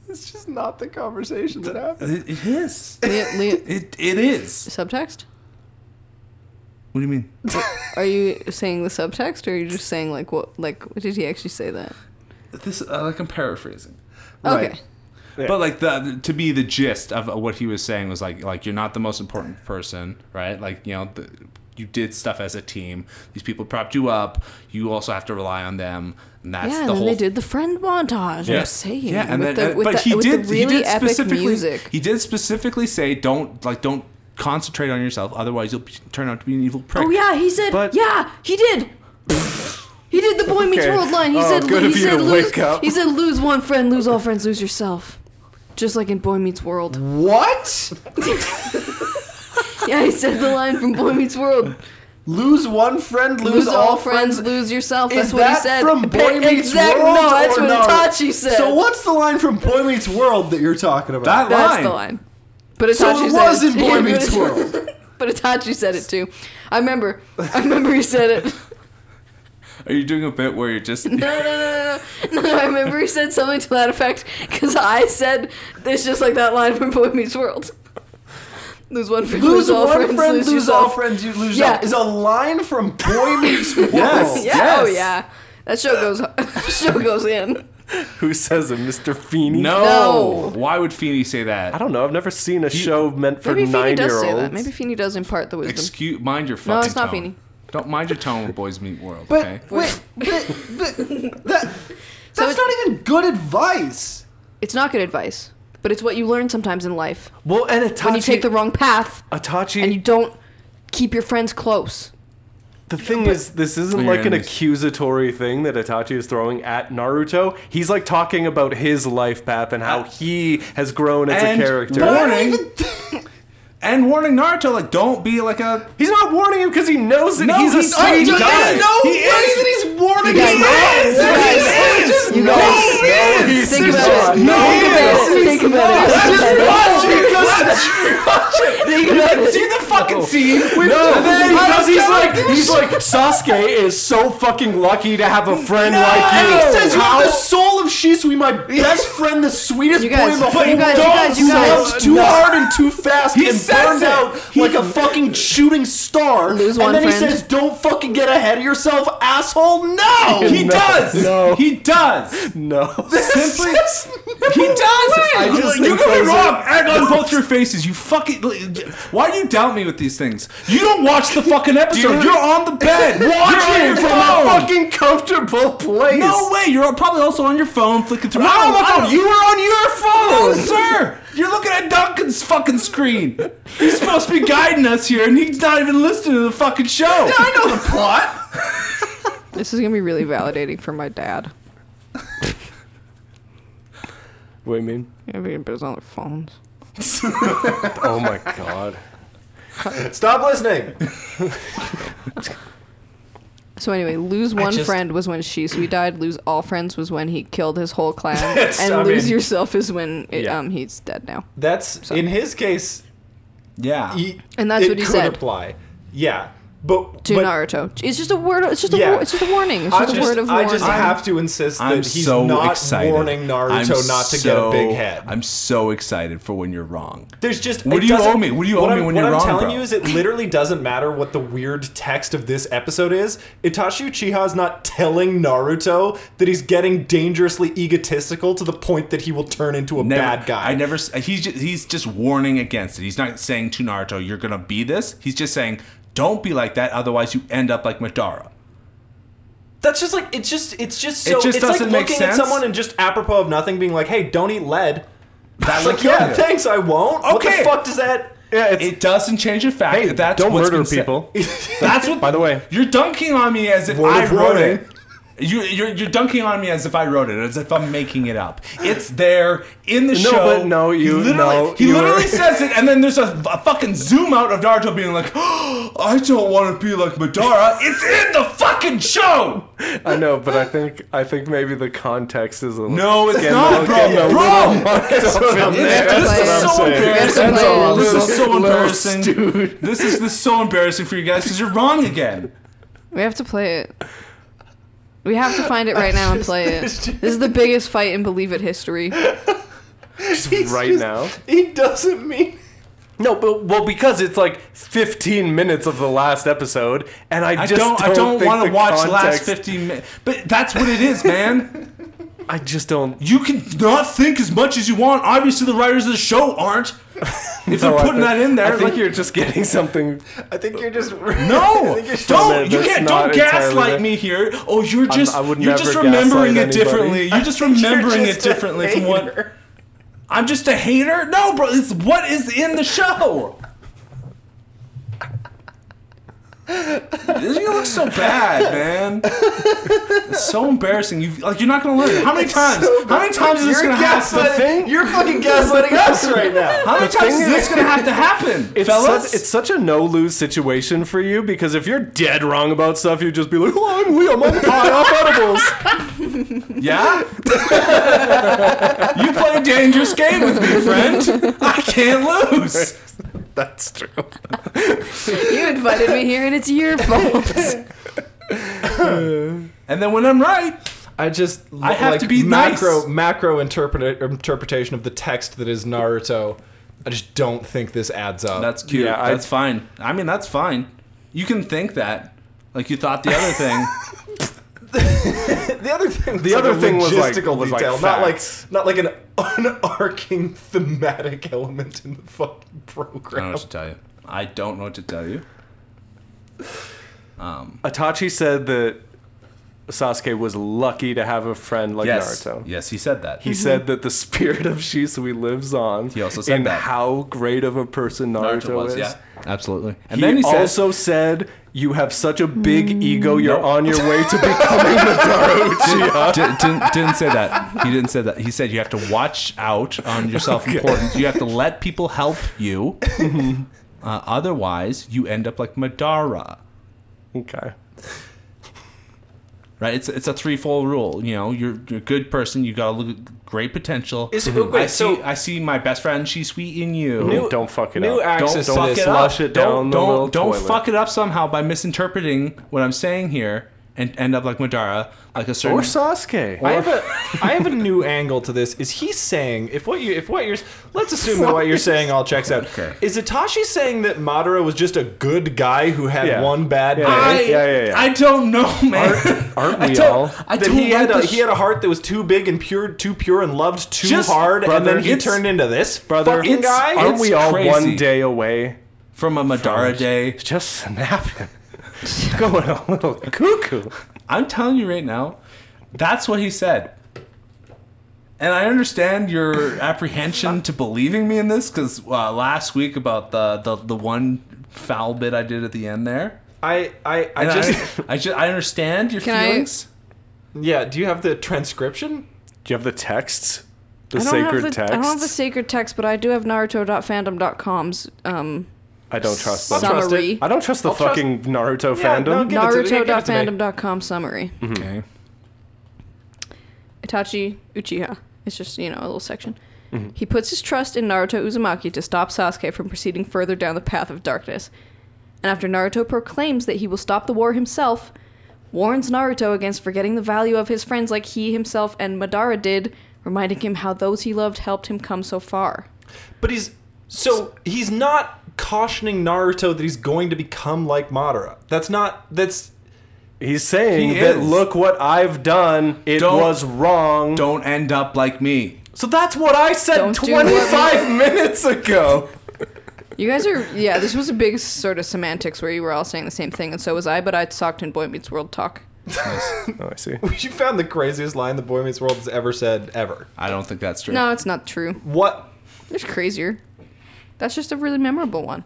D: it's just not the conversation that happened.
B: It, it is.
C: Le- le-
B: It it is.
C: [LAUGHS] subtext?
B: What do you mean?
C: Are you saying the subtext, or are you just saying like what? Like, did he actually say that?
B: This uh, like I'm paraphrasing,
C: Okay.
D: Right.
B: but like the to be the gist of what he was saying was like like you're not the most important person, right? Like you know the, you did stuff as a team. These people propped you up. You also have to rely on them, and that's
C: yeah,
B: the
C: and then
B: whole.
C: they did the friend montage.
B: Yeah.
C: I'm saying.
B: yeah, and then
C: with the,
B: and-
C: with
B: but
C: the,
B: he
C: with
B: did
C: the really
B: he did
C: epic
B: specifically
C: music.
B: he did specifically say don't like don't concentrate on yourself otherwise you'll p- turn out to be an evil prick.
F: Oh yeah, he said.
E: But-
F: yeah, he did.
C: He did the Boy Meets
E: Okay.
C: World line. He
E: Oh,
C: said,
E: good
C: he
E: of you
C: said,
E: to
C: lose,
E: wake up.
C: he said, lose one friend, lose all friends, lose yourself. Just like in Boy Meets World.
D: What?
C: Yeah, he said the line from Boy Meets World.
D: Lose one friend, [LAUGHS] lose,
C: Lose
D: all,
C: all friends, lose yourself.
D: Is
C: That's what he
D: that
C: said.
D: from
C: Pe-
D: Boy Meets
C: exact-
D: World?
C: No, that's
D: or
C: what Itachi said.
D: So what's the line from Boy Meets World that you're talking about?
B: that
C: That's
B: line.
C: the line. But Itachi
D: So it
C: said
D: was in Boy
C: But [LAUGHS]
D: Meets
C: it-
D: World.
C: But Itachi said it too. I remember. I remember he said it.
D: [LAUGHS]
B: Are you doing a bit where you're
C: [LAUGHS]
B: just
C: No, no, no, no, no. No, I remember he said something to that effect because I said it's just like that line from Boy Meets World. [LAUGHS] Lose one friend,
G: Lose,
C: lose, all
G: one
C: friends,
G: friend,
C: lose,
G: lose, all
C: yourself.
G: friends, you lose
C: Yeah.
G: yourself. Is a line from
C: [LAUGHS]
G: Boy Meets World.
B: Yes.
C: Yeah, oh
B: Yes.
C: yeah, that
D: [LAUGHS]
C: show goes [LAUGHS] that show goes in.
E: Who says it, Mr. Feeney?
B: No. Why would Feeney say that?
E: I don't know. I've never seen a show meant for
C: Maybe Feeny
E: nine
C: does
E: year
C: say that.
E: olds.
C: Maybe Feeny does impart the wisdom.
B: Excuse, mind your fucking
C: No, it's not
B: tone.
C: Feeney.
B: Don't mind your tone with Boys Meet World.
G: But
B: okay.
G: wait, but,
D: [LAUGHS]
G: but that, that's
C: So it-
G: not even good advice.
C: It's not good advice, but it's what you learn sometimes in life
E: well, and Itachi.
C: when you take the wrong path
E: Itachi.
C: and you don't keep your friends close.
E: The thing is, Oh, this isn't
B: Your
E: like an
B: enemies.
E: accusatory thing that Itachi is throwing at Naruto. He's like talking about his life path and
G: Uh,
E: how he has grown as
B: and
E: a character.
B: warning. [LAUGHS] and warning Naruto, like, don't be like a.
E: He's not warning him because he knows that
B: No,
E: he's a
B: he's-
E: sweet
B: oh,
E: guy.
B: he does. No
E: he
B: way
E: is.
G: He's warning
C: guys-
G: him.
B: Yes! Yes!
E: No,
C: guys-
E: he is.
C: Think about it.
E: No,
C: Think about it. Think about it.
B: See the fucking scene with
E: No,
B: And then he
E: because
B: comes
E: he's
B: down
E: like
B: this-
E: he's like Sasuke is so fucking lucky to have a friend
G: And he
E: like you.
G: says,
E: How-
G: "With the soul of
E: [LAUGHS]
G: Shisui, my best friend, the sweetest
C: You guys-
G: boy in the whole
C: you guys- you
G: world,
C: guys- you guys-
G: loved too hard and too fast
B: He
G: and
B: says
G: burned
B: it.
G: out like a fucking shooting star."
C: Lose one
G: and then he
C: friend.
G: says, "Don't fucking get ahead of yourself, asshole." No,
B: [LAUGHS] He does.
E: No.
B: [LAUGHS] He does. [LAUGHS]
E: no.
B: Simply, he does. I
E: just
B: you
E: think
B: could
E: those
B: be
E: are-
B: wrong. Egg on both your faces. You fucking. Why do you doubt me with these things? You don't watch the fucking episode.
E: Dude.
B: You're on the bed. [LAUGHS] You're on
E: Watching
B: your
E: from
B: phone.
E: a fucking comfortable place.
B: No way. You're probably also on your phone flicking through.
E: I'm on my
B: I
E: phone.
B: don't-
E: You were on your
B: No,
E: phone.
B: sir! You're looking at Duncan's fucking screen. He's supposed to be guiding us here, and he's not even listening to the fucking show.
G: I know the plot.
C: This is gonna be really validating for my dad.
E: What do you mean?
C: Everybody's on their phones.
E: Oh my god.
D: Stop listening.
C: So anyway, lose one
G: just-
C: friend was when Shisui died. Lose all friends was when he killed his whole
D: [LAUGHS]
C: clan, and
D: I
C: lose
D: mean-
C: yourself is when it,
E: Yeah.
C: um he's dead now.
D: That's in his case.
B: Yeah.
D: He,
C: And that's
D: it
C: what he
D: could
C: said.
D: Apply. Yeah, but
C: To
D: but
C: Naruto, it's just a word. It's just a.
D: Yeah.
C: wa- It's just a warning. It's
D: I
C: just
D: just,
C: a word of
D: I
C: warning.
D: just have to insist that
B: I'm
D: he's
B: so
D: not
B: excited.
D: warning Naruto
B: I'm
D: not to get a big
B: so-
D: head.
B: I'm so excited for when you're wrong.
D: There's just
B: What
D: it
B: do you owe
D: doesn't-
B: me? What do you owe me
D: I'm,
B: when
D: what
B: you're
D: I'm
B: wrong,
D: telling
B: bro?
D: you is it literally doesn't matter what the weird text of this episode is. Itachi Uchiha's not telling Naruto that he's getting dangerously egotistical to the point that he will turn into a
B: Never-
D: bad guy.
B: I never. s- He's just, he's just warning against it. He's not saying to Naruto, "You're gonna be this." He's just saying, "Don't be like that, otherwise you end up like Madara."
D: That's just like it's just it's just so
B: It just
D: it's like
B: doesn't
D: looking
B: make
D: at
B: sense.
D: someone and just apropos of nothing being like, "Hey, don't eat lead." That's
B: will
D: [LAUGHS] like,
B: kill
D: "Yeah,
B: you."
D: thanks, I won't." What
B: Okay.
D: the fuck does that
E: Yeah, it's
B: It doesn't change the fact
E: Hey,
B: that that's
E: don't
B: what's
E: murder
B: been said.
E: [LAUGHS] people.
B: That's what.
E: By the way.
B: you're dunking on me as if
D: Word
B: I
D: of
B: wrote
D: warning.
B: it. You, you're, you're dunking on me as if I wrote it, as if I'm making it up. It's there in the
E: No,
B: show.
E: but no, you-
B: he literally,
E: no,
B: he
E: you
B: literally
E: were-
B: says it, and then there's a, a fucking zoom out of Naruto being like, [GASPS] oh, "I don't want to be like Madara." It's in the fucking show.
E: I know, but I think I think maybe the context is a little
B: No, it's
E: getting a
B: not,
E: little-
B: bro.
E: getting a little
B: Bro,
E: mucked up in
B: It's-
E: there.
B: this
C: That's
B: is
C: what I'm
B: so
C: saying.
B: embarrassing.
C: That's all.
B: This is so
E: Little-
B: embarrassing.
E: little dude.
B: This is this is so embarrassing for you guys because you're wrong again.
C: We have to play it. We have to find
D: [LAUGHS]
C: it right now and play it. This is the biggest fight in Believe It history.
E: right
G: just-
E: now.
D: [LAUGHS]
G: He doesn't mean.
E: No, but well, because it's like 15 minutes of the last episode, and I,
B: I
E: just
B: don't,
E: don't.
B: I don't
E: think
B: want to
E: the
B: watch the last
E: context-
B: 15 minutes. But that's what it is, man.
E: I just don't.
B: you can not think as much as you want. Obviously, the writers of the show
E: [LAUGHS]
B: aren't. If
E: No,
B: they're
E: I
B: putting
E: think-
B: that in there,
E: I think
B: like,
E: you're just
B: [LAUGHS]
E: getting something.
G: I think you're
E: [LAUGHS]
G: just
B: No, don't. You
E: That's
B: can't. Don't
E: not entirely
B: gaslight
E: right.
B: me here. Oh, you're just.
E: I would
B: you're
E: never
B: just remembering it
E: gaslight
B: differently. You're
E: [LAUGHS]
B: just remembering
G: just
B: it
G: a
B: differently from what. I'm just a hater. No, bro. It's what is in the show. you [LAUGHS] look so bad, man. It's so embarrassing. You like you're not gonna learn. How many times? how many times is this
G: You're
B: gonna happen?
G: gaslighting. You're fucking gaslighting us right now.
B: How many times
E: thing
B: is
E: is-
B: this gonna have to happen,
E: It's
B: fellas?
E: such, it's such a no lose situation for you because if you're dead wrong about stuff, you'd just be like, "Oh, I'm Liam, I'm high off edibles."
B: [LAUGHS] Yeah? you play a dangerous game with me,
E: [LAUGHS]
B: friend. [LAUGHS] I can't lose.
E: That's true.
C: You invited me here and it's your fault.
B: And then when I'm right,
D: I just
B: I have
D: like,
B: to be
D: macro
B: nice.
D: macro interpret- interpretation of the text that is Naruto I just don't think this adds up.
B: That's cute.
E: Yeah, I-
B: that's fine. I mean, that's fine. You can think that. Like you thought
E: [LAUGHS]
B: the other thing.
D: the other thing.
E: The other thing was, like- was, like,
D: not like
E: facts.
D: not like an [LAUGHS] unarcing thematic element in the fucking
B: I don't know
D: program.
B: what to tell you. I don't know what to tell you.
E: Itachi said that Sasuke was lucky to have a friend like
B: Yes.
E: Naruto.
B: Yes, he said that.
E: He
G: Mm-hmm.
E: said that the spirit of Shisui lives on.
B: He also said
E: in
B: that.
E: how great of a person Naruto, is.
B: Yeah, absolutely. And
E: He,
B: then he [LAUGHS] says,
E: also [LAUGHS] said, "You have such a big
G: Mm.
E: ego, you're on your way
B: [LAUGHS]
E: to becoming Madara Uchiha."
B: didn't, didn't, didn't say that. He didn't say that. He said you have to watch out on
E: [LAUGHS]
B: your self importance. You have to let people help you. Uh, otherwise, you end up like Madara.
E: Okay.
B: Right? It's it's a threefold rule. You know, you're, you're a good person. You got a l- great potential.
G: Is-
E: Mhm.
G: oh, wait,
B: I see.
G: so-
B: I see my best friend. She's sweet in you.
E: New- Don't fuck it
G: new
E: up.
B: don't
G: access to
B: fuck
G: this.
B: it
E: Flush
B: up.
E: it
B: don't
E: down the little
B: don't, don't
E: toilet.
B: fuck it up somehow by misinterpreting what I'm saying here and end up like Madara, like a certain
E: Or Sasuke.
D: I have a
E: [LAUGHS]
D: I have a new [LAUGHS] angle to this. Is he saying if what you if what you're let's assume that what you're saying all checks out.
B: Okay.
D: Is Itachi saying that Madara was just a good guy who had
E: Yeah.
D: one bad
E: Yeah.
D: day?
B: I,
E: Yeah, yeah, yeah.
B: I don't know, man.
E: Aren't- aren't
B: [LAUGHS] I
E: we
B: don't-
E: all?
B: I
D: that
B: don't
D: he had
B: like
D: a,
B: this
D: he had a heart that was too big and pure, too pure and loved too
B: Just-
D: hard, and
B: brother,
D: then he
B: it's-
D: turned into this
E: brother,
D: fucking
B: it's-
D: guy.
E: Aren't
B: it's
E: we all
B: crazy.
E: one day away?
B: from a Madara day.
E: Just snapping. [LAUGHS] Going a little cuckoo.
B: I'm telling you right now, that's what he said. And I understand your apprehension to believing me in this because uh, last week about the, the the one foul bit I did at the end there.
D: I I, I
B: And I
D: just
B: just [LAUGHS] I, just I understand your
C: Can I-
B: feelings.
D: yeah. Do you have the transcription?
E: Do you have the texts? The
C: I don't have
E: sacred
C: the,
E: texts?
C: I don't have the sacred text, but I do have Naruto.fandom.com's um,
E: I don't trust them.
D: I'll trust it.
C: summary.
E: I don't trust the
D: trust-
E: fucking Naruto
D: Yeah,
E: fandom.
D: no, give it to- give it to me.
C: Naruto.fandom.com summary.
E: Mm-hmm.
B: Okay.
C: Itachi Uchiha. It's just, you know, a little section. He puts his trust in Naruto Uzumaki to stop Sasuke from proceeding further down the path of darkness. And after Naruto proclaims that he will stop the war himself, warns Naruto against forgetting the value of his friends like he himself and Madara did, reminding him how those he loved helped him come so far.
D: But he's so he's not cautioning Naruto that he's going to become like Madara. That's not that's
E: He's saying
B: He
E: that
B: is.
E: look what I've done. It
B: Don't-
E: was wrong.
B: Don't end up like me.
E: So that's what I said
C: Don't do
E: 25 minutes ago.
C: You guys are, yeah, this was a big sort of semantics where you were all saying the same thing, and so was I, but I talked in Boy Meets World talk.
E: [LAUGHS] Oh, I see.
D: [LAUGHS] you found the craziest line the Boy Meets World has ever said ever.
B: I don't think that's true.
C: No, [LAUGHS] it's not true.
D: What
C: There's crazier. That's just a really memorable one.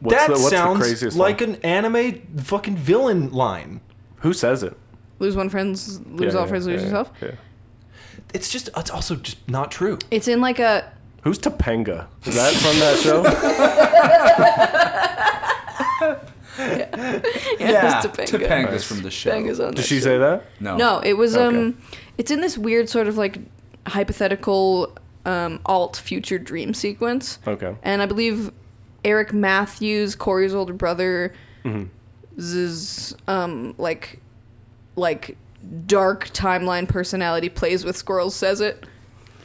E: What's
D: that
E: the, what's
D: sounds
E: the craziest
D: like
E: one?
D: an anime fucking villain line.
E: Who says it?
C: Lose one friends, lose
E: Yeah,
C: all
E: yeah,
C: friends, lose
E: yeah,
C: yourself.
E: yeah.
D: It's just it's also just not true.
C: It's in like a
E: Who's Topanga? Is that from that [LAUGHS] show?
C: [LAUGHS]
B: Yeah,
C: it's Topanga.
B: Topanga's from the show.
C: thing is on
E: Did
C: this
E: she
C: shit.
E: say that?
B: No.
C: No, it was
E: Okay.
C: um, it's in this weird sort of like hypothetical um alt future dream sequence,
E: Okay.
C: and I believe Eric Matthews, Corey's older brother,
E: Mm-hmm.
C: is um like like dark timeline personality plays with squirrels says it.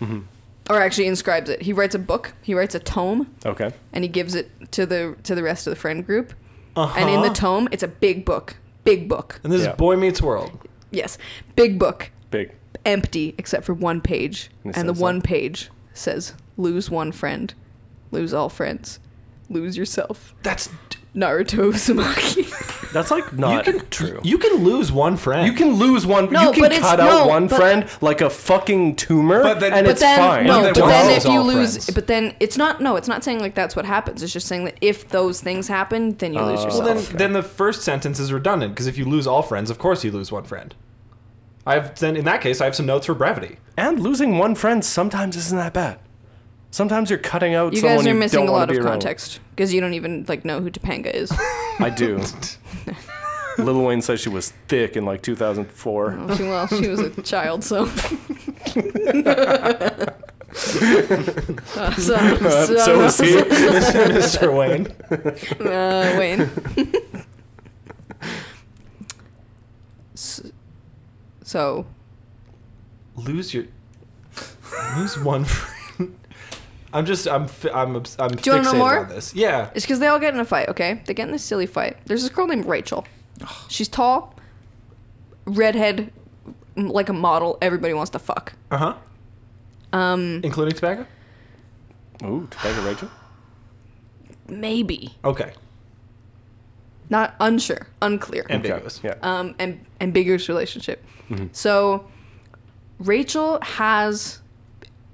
E: Mm-hmm.
C: Or actually inscribes it. He writes a book. He writes a tome.
E: Okay.
C: and he gives it to the to the rest of the friend group. And
E: Uh-huh.
C: in the tome, it's a big book, big book.
D: And this
E: Yeah.
D: is Boy Meets World.
C: Yes, big book,
E: Big.
C: empty except for one page,
E: And it
C: and the
E: says
C: one
E: that.
C: page says, "Lose one friend, lose all friends, lose yourself."
D: That's
C: Naruto [LAUGHS] Uzumaki.
E: That's like not
D: you can
E: true.
D: You can lose one friend.
E: You can lose one.
C: No,
E: you can
C: but it's-
E: cut out
C: no,
E: one
C: but-
E: friend like a fucking tumor,
B: But then-
E: and
B: But
E: it's
C: then
E: fine.
C: no,
B: They
C: but
B: won't
C: then
B: lose
C: if you
D: all
C: lose,
D: friends.
C: but then it's not. No, it's not saying like that's what happens. It's just saying that if those things happen, then you
E: Uh,
C: lose yourself.
D: Well, then, then the first sentence is redundant because if you lose all friends, of course you lose one friend. I have then in that case I have some notes for
E: [LAUGHS]
D: brevity. [LAUGHS]
E: And losing one friend sometimes isn't that bad. Sometimes you're cutting out
C: you
E: someone
C: guys are
E: you
C: missing
E: don't
C: a
E: wanna
C: lot of
E: be around.
C: context because you don't even like know who Topanga is.
E: [LAUGHS] I
C: [LAUGHS]
E: do. Lil Wayne says she was thick in like 2004.
C: Well, Oh, she, well, she was a child,
E: [LAUGHS]
C: so. Uh,
E: [LAUGHS]
C: so, so,
E: so is
C: [LAUGHS]
E: he.
D: Mr. Wayne.
C: Uh, Wayne. S- so,
E: [LAUGHS]
D: Lose your lose one friend. I'm just I'm fi- I'm obs- I'm
C: Do you wanna
D: fixated
C: know more?
D: on this. Yeah.
C: It's because they all get in a fight, okay? They get in this silly fight. There's this girl named Rachel. She's tall, redhead, m- like a model. Everybody wants to fuck.
D: Uh huh. Um, including tobacco.
E: Ooh, Topanga Rachel.
C: Maybe.
D: Okay.
C: Not unsure, unclear.
D: Ambiguous.
E: Yeah.
C: um, amb- ambiguous relationship.
D: Mm-hmm.
C: So Rachel has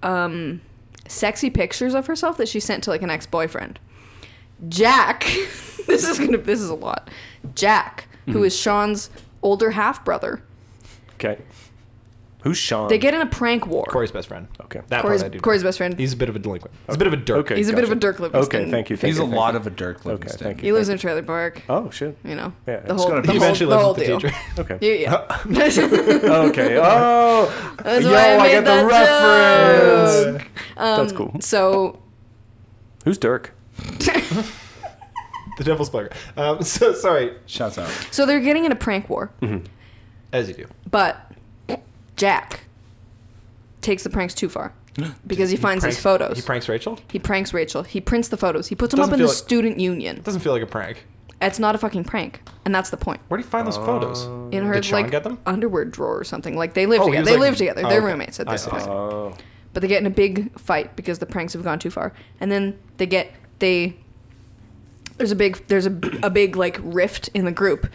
C: um, sexy pictures of herself that she sent to like an ex boyfriend. Jack, [LAUGHS] this is gonna this is a lot. Jack,
D: Mm-hmm.
C: who is Sean's older half brother,
E: okay. Who's Sean?
C: they get in a prank war.
D: Corey's best friend.
E: okay.
D: That
C: Corey's,
D: part Oh. I do. know.
C: Corey's best friend.
D: He's a bit of a delinquent. He's a bit of a dirk.
E: Okay.
C: He's a bit of a
E: gotcha.
C: Dirk Livingston.
E: Okay. Thank you. Thank
B: He's
E: you,
B: a
E: thank
B: lot
E: you.
B: of a Dirk
E: Okay.
B: Livingston.
E: Thank
C: he
E: you.
C: lives in
E: thank
C: a trailer park.
E: you. Oh shit.
C: You know,
E: Yeah,
C: the
E: it's
C: whole,
B: gonna
C: the
B: be-
D: He
C: whole,
D: eventually
C: the
D: lives
C: whole
D: with the
C: deal.
D: teacher. [LAUGHS]
C: Yeah,
E: Okay.
C: yeah. [LAUGHS] That's
E: Okay. Oh,
C: That's
E: yo,
C: why I
E: I,
C: made
E: get the
C: that
E: reference. That's
C: Um,
E: cool.
C: So
D: [LAUGHS]
E: Who's Dirk?
D: the devil's player. Um, so sorry.
B: Shouts out.
C: So they're getting in a prank war,
D: As you do.
C: but Jack takes the pranks too
D: [GASPS]
C: far because he finds his photos.
D: He
C: He,
D: pranks Rachel.
C: pranks Rachel. He prints the photos. He puts them
D: Doesn't
C: up in the
D: feel like-
C: student union.
D: Doesn't feel like a prank.
C: It's not a fucking prank, and that's the point.
D: Where do you find those
E: Uh,
D: photos?
C: In her
D: Did Sean
C: like
D: get them?
C: underwear drawer or something. Like they live
D: Oh, he
C: together.
D: was
C: They
D: like-
C: live together.
D: oh,
C: They're
D: okay.
C: roommates at
D: I
C: this
D: see.
C: point.
E: Oh,
C: But they get in a big fight because the pranks have gone too far, and then they get they. There's a big there's a, a big like rift in the group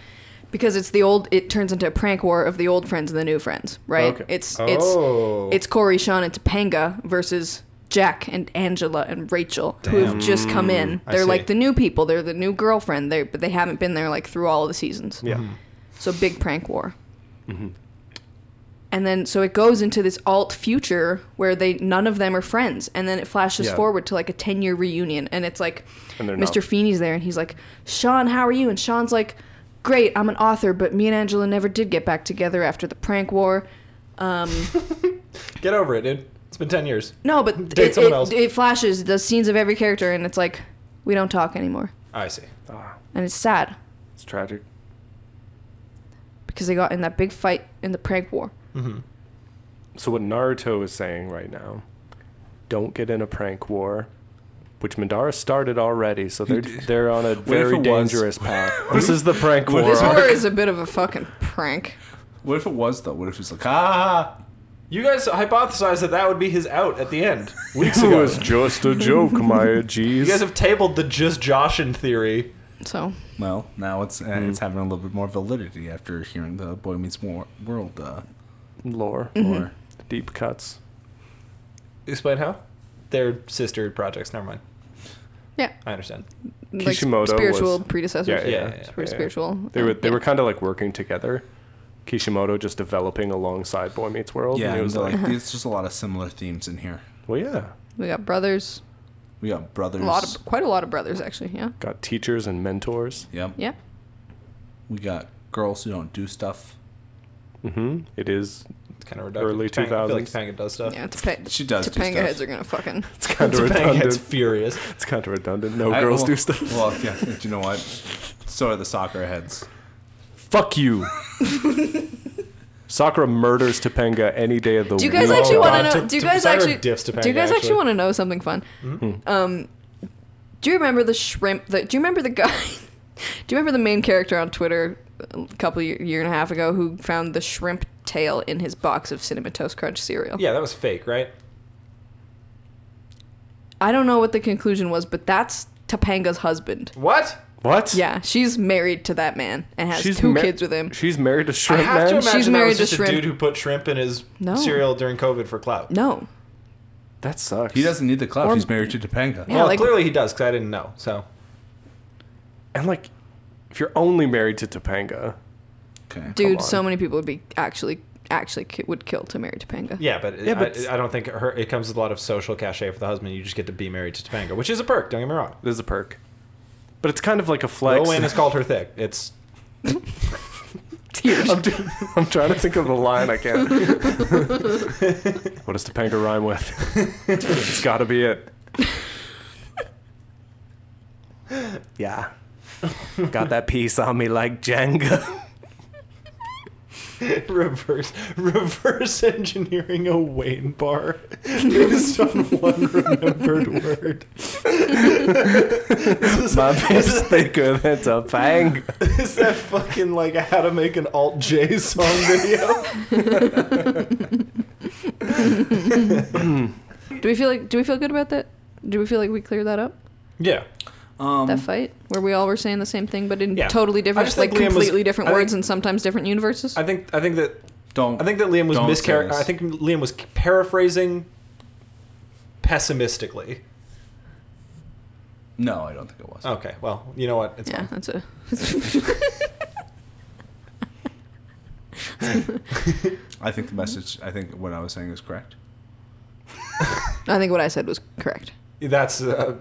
C: because it's the old it turns into a prank war of the old friends and the new friends, right?
E: Okay.
C: It's
D: Oh.
C: it's it's Corey, Sean, and Topanga versus Jack and Angela and Rachel who have just come in.
D: Mm, I
C: They're
D: see.
C: like the new people. They're the new girlfriend. They but they haven't been there like through all of the seasons.
D: Yeah.
C: So big prank war. And then so it goes into this alt future where they none of them are friends, and then it flashes
E: Yeah.
C: forward to like a ten year reunion, and it's like
E: And they're
C: Mr.
E: not.
C: Feeney's there, and he's like, "Sean, how are you?" And Sean's like, "Great, I'm an author, but me and Angela never did get back together after the prank war."
D: Get over it, dude. It's been ten years.
C: No, but it,
D: Date someone
C: it-
D: else.
C: it flashes the scenes of every character, and it's like we don't talk anymore,
D: I see.
E: Oh.
C: and it's sad
E: it's tragic.
C: because they got in that big fight in the prank war.
E: So what Naruto is saying right now, don't get in a prank war, which Madara started already. So they're they're on a very
B: it was?
E: dangerous [LAUGHS] path. This is the prank war.
C: This war is a bit of a fucking prank.
B: What if it was though? What if it's like ah?
D: You guys hypothesized that that would be his out at the
E: [LAUGHS]
D: end. Weeks
E: It
D: ago.
E: was just a joke, [LAUGHS] my
D: You
E: geez.
D: guys have tabled the just Joshin theory.
C: So
B: Well, now it's uh,
E: Hmm.
B: it's having a little bit more validity after hearing the Boy Meets War- World uh,
E: lore,
C: Mm-hmm.
B: lore.
E: deep cuts.
D: Explain how? They're sister projects. Never mind.
C: yeah,
D: I understand.
C: like
E: Kishimoto
C: spiritual
E: was-
C: predecessors.
D: yeah, yeah,
C: We're spiritual.
E: They were
C: um,
E: they
C: yeah.
E: were kind of like working together. Kishimoto just developing alongside Boy Meets World.
B: Yeah,
E: and it
B: and
E: was
B: they're
C: [LAUGHS]
E: like,
B: like there's just a lot of similar themes in here.
E: well, yeah,
C: We got brothers.
B: We got brothers.
C: A lot of quite a lot of brothers actually. Yeah.
E: got teachers and mentors.
B: Yep.
C: Yeah.
B: We got girls who don't do stuff.
E: hmm It is
D: It's kind of reductive.
E: Early
D: Topanga- I feel like
E: 2000s.
D: Topanga does stuff. [LAUGHS]
C: Yeah. Topa-
B: She does do
C: Topanga
B: stuff.
C: heads are gonna fucking.
E: it's kind of
D: Topanga
E: redundant.
D: gets furious.
E: It's kind of redundant. No
B: I-
E: Oh, girls
B: well-
E: do [LAUGHS]
B: [LAUGHS]
E: stuff.
B: Well, yeah. but You know what? So are the soccer heads. [LAUGHS]
E: Fuck you. Sakura murders Topanga any day of the
C: Do you
E: week.
C: guys
D: No,
C: actually want
D: God,
C: to know?
D: to-
C: Do you
D: to-
C: guys
D: Cyrus
C: actually?
D: diffs to
C: Do you guys actually
D: Panga, actually.
C: want to know something fun?
E: Hmm.
B: Hmm.
C: Um, do you remember the shrimp? The, do you remember the guy? [LAUGHS] do you remember the main character on Twitter a couple year, year and a half ago who found the shrimp tail in his box of cinnamon toast crunch cereal?
D: Yeah, that was fake, right?
C: I don't know what the conclusion was, but that's Topanga's husband.
D: What?
E: What?
C: Yeah, she's married to that man and has
E: She's
C: two
E: mar-
C: kids with him.
E: She's married to
D: I
E: Shrimp
D: have
E: Man.
D: to imagine
C: She's
D: that
C: married
D: was
C: to
D: just a
C: shrimp.
D: dude who put shrimp in his
C: No.
D: cereal during COVID for clout.
C: No,
E: that sucks.
B: He doesn't need the clout.
C: Or-
B: He's married to Topanga.
C: Yeah,
D: well,
C: like-
D: clearly he does because I didn't know. So
E: And like, if you're only married to Topanga,
B: Okay.
C: dude,
E: on.
C: so many people would be actually actually ki- would kill to marry Topanga.
D: yeah, but,
E: Yeah, but-
D: I, I don't think her, it comes with a lot of social cachet for the husband. You just get to be married to Topanga, which is a perk. Don't get me wrong.
E: there's a perk. But it's kind of like a
D: Lil
E: flex.
D: Wayne
E: [LAUGHS]
D: has called her thick. It's
C: Tears.
E: I'm, tr- I'm trying to think of the line
B: [LAUGHS]
E: I can't. what does Topanga rhyme with? it's got to
B: [LAUGHS]
E: be it. Yeah. Got that piece on me like Jenga.
D: [LAUGHS] reverse reverse engineering a Wayne bar based on one remembered word. this, is, [LAUGHS]
E: My [LAUGHS]
D: this,
E: best
D: is,
E: thinker, that's a fang.
D: this is that fucking like how to make an alt J song video.
C: Do we feel like do we feel good about that? Do we feel like we cleared that up?
D: Yeah,
B: Um,
C: that fight where we all were saying the same thing but in
D: Um, Yeah.
C: totally
D: I
C: different
D: just
C: like
D: think Liam was-
C: completely different
D: I think-
C: words and sometimes different universes.
D: I think I think that
B: Don't.
D: I think that Liam was
B: Don't say
D: mischar-
B: this.
D: I think Liam was paraphrasing pessimistically.
B: No, I don't think it was.
D: Okay, well, you know what? It's
C: yeah,
D: fine.
C: that's a
B: I think the message. I think what I was saying is correct.
C: I think what I said was correct.
D: That's uh,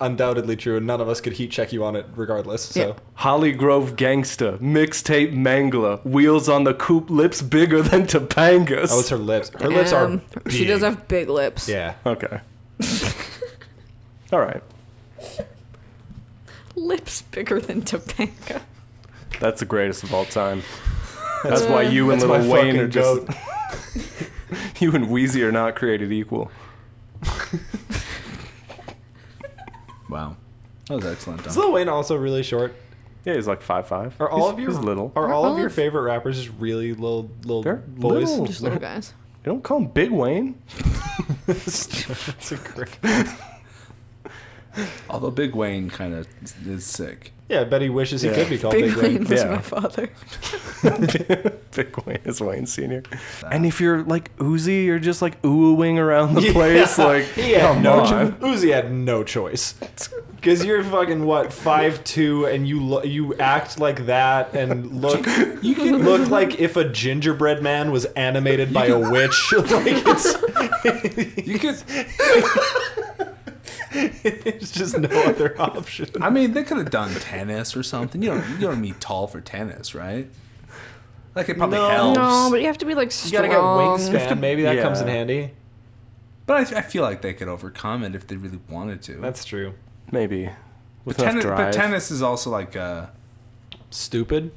D: undoubtedly true, and none of us could heat check you on it regardless. So
C: Yeah.
E: Holly Grove gangster, mixtape mangler, wheels on the coupe, lips bigger than Topanga's.
D: oh, it's her lips. Her lips are.
C: Um, she does
D: big.
C: have big lips. [LAUGHS]
D: Yeah.
E: okay. All right,
C: Lips bigger than Topanga.
E: that's the greatest of all time. That's why you and
D: That's
E: Little
D: my
E: Wayne
D: fucking
E: are just
D: goat.
E: [LAUGHS] you and Wheezy are not created equal.
B: Wow, that was excellent.
D: Is
B: Dom.
D: Lil Wayne also really short?
E: Yeah, he's like five five.
D: Are all of your
E: he's little?
D: Are all of your
C: of-
D: favorite rappers just really little little
E: They're
D: boys?
E: little.
C: Just
E: [LAUGHS]
C: little guys.
E: You don't call him Big Wayne. [LAUGHS]
D: That's a great-
B: Although Big Wayne kind of is sick.
D: [LAUGHS] Yeah, I bet he wishes he
E: Yeah.
D: could be called
C: Big
D: Big,
C: Wayne was
E: yeah.
C: my father.
E: Big Wayne is Wayne Senior. And if you're like Uzi, you're just like oohing around the place.
D: [LAUGHS] Yeah.
E: Like
D: he had
E: come
D: no
E: on.
D: choice. Uzi had no choice. Because you're fucking what five two, and you lo- you act like that, and
E: [LAUGHS]
D: look you can look like if a gingerbread man was animated by a witch. [LAUGHS] like it's
B: You
E: [LAUGHS]
B: could.
D: it's just no other option.
B: I mean, they could have done tennis or something. You don't. You don't need tall for tennis, right? Like it probably
D: No.
B: helps.
C: No, but you have to be like
D: You
C: strong.
D: gotta get wingspan. Maybe that
E: Yeah.
D: comes in handy.
B: But I, I feel like they could overcome it if they really wanted to.
D: That's true.
E: Maybe. With
B: but,
E: enough
B: tennis, but
E: drive.
B: tennis is also like a,
D: Stupid.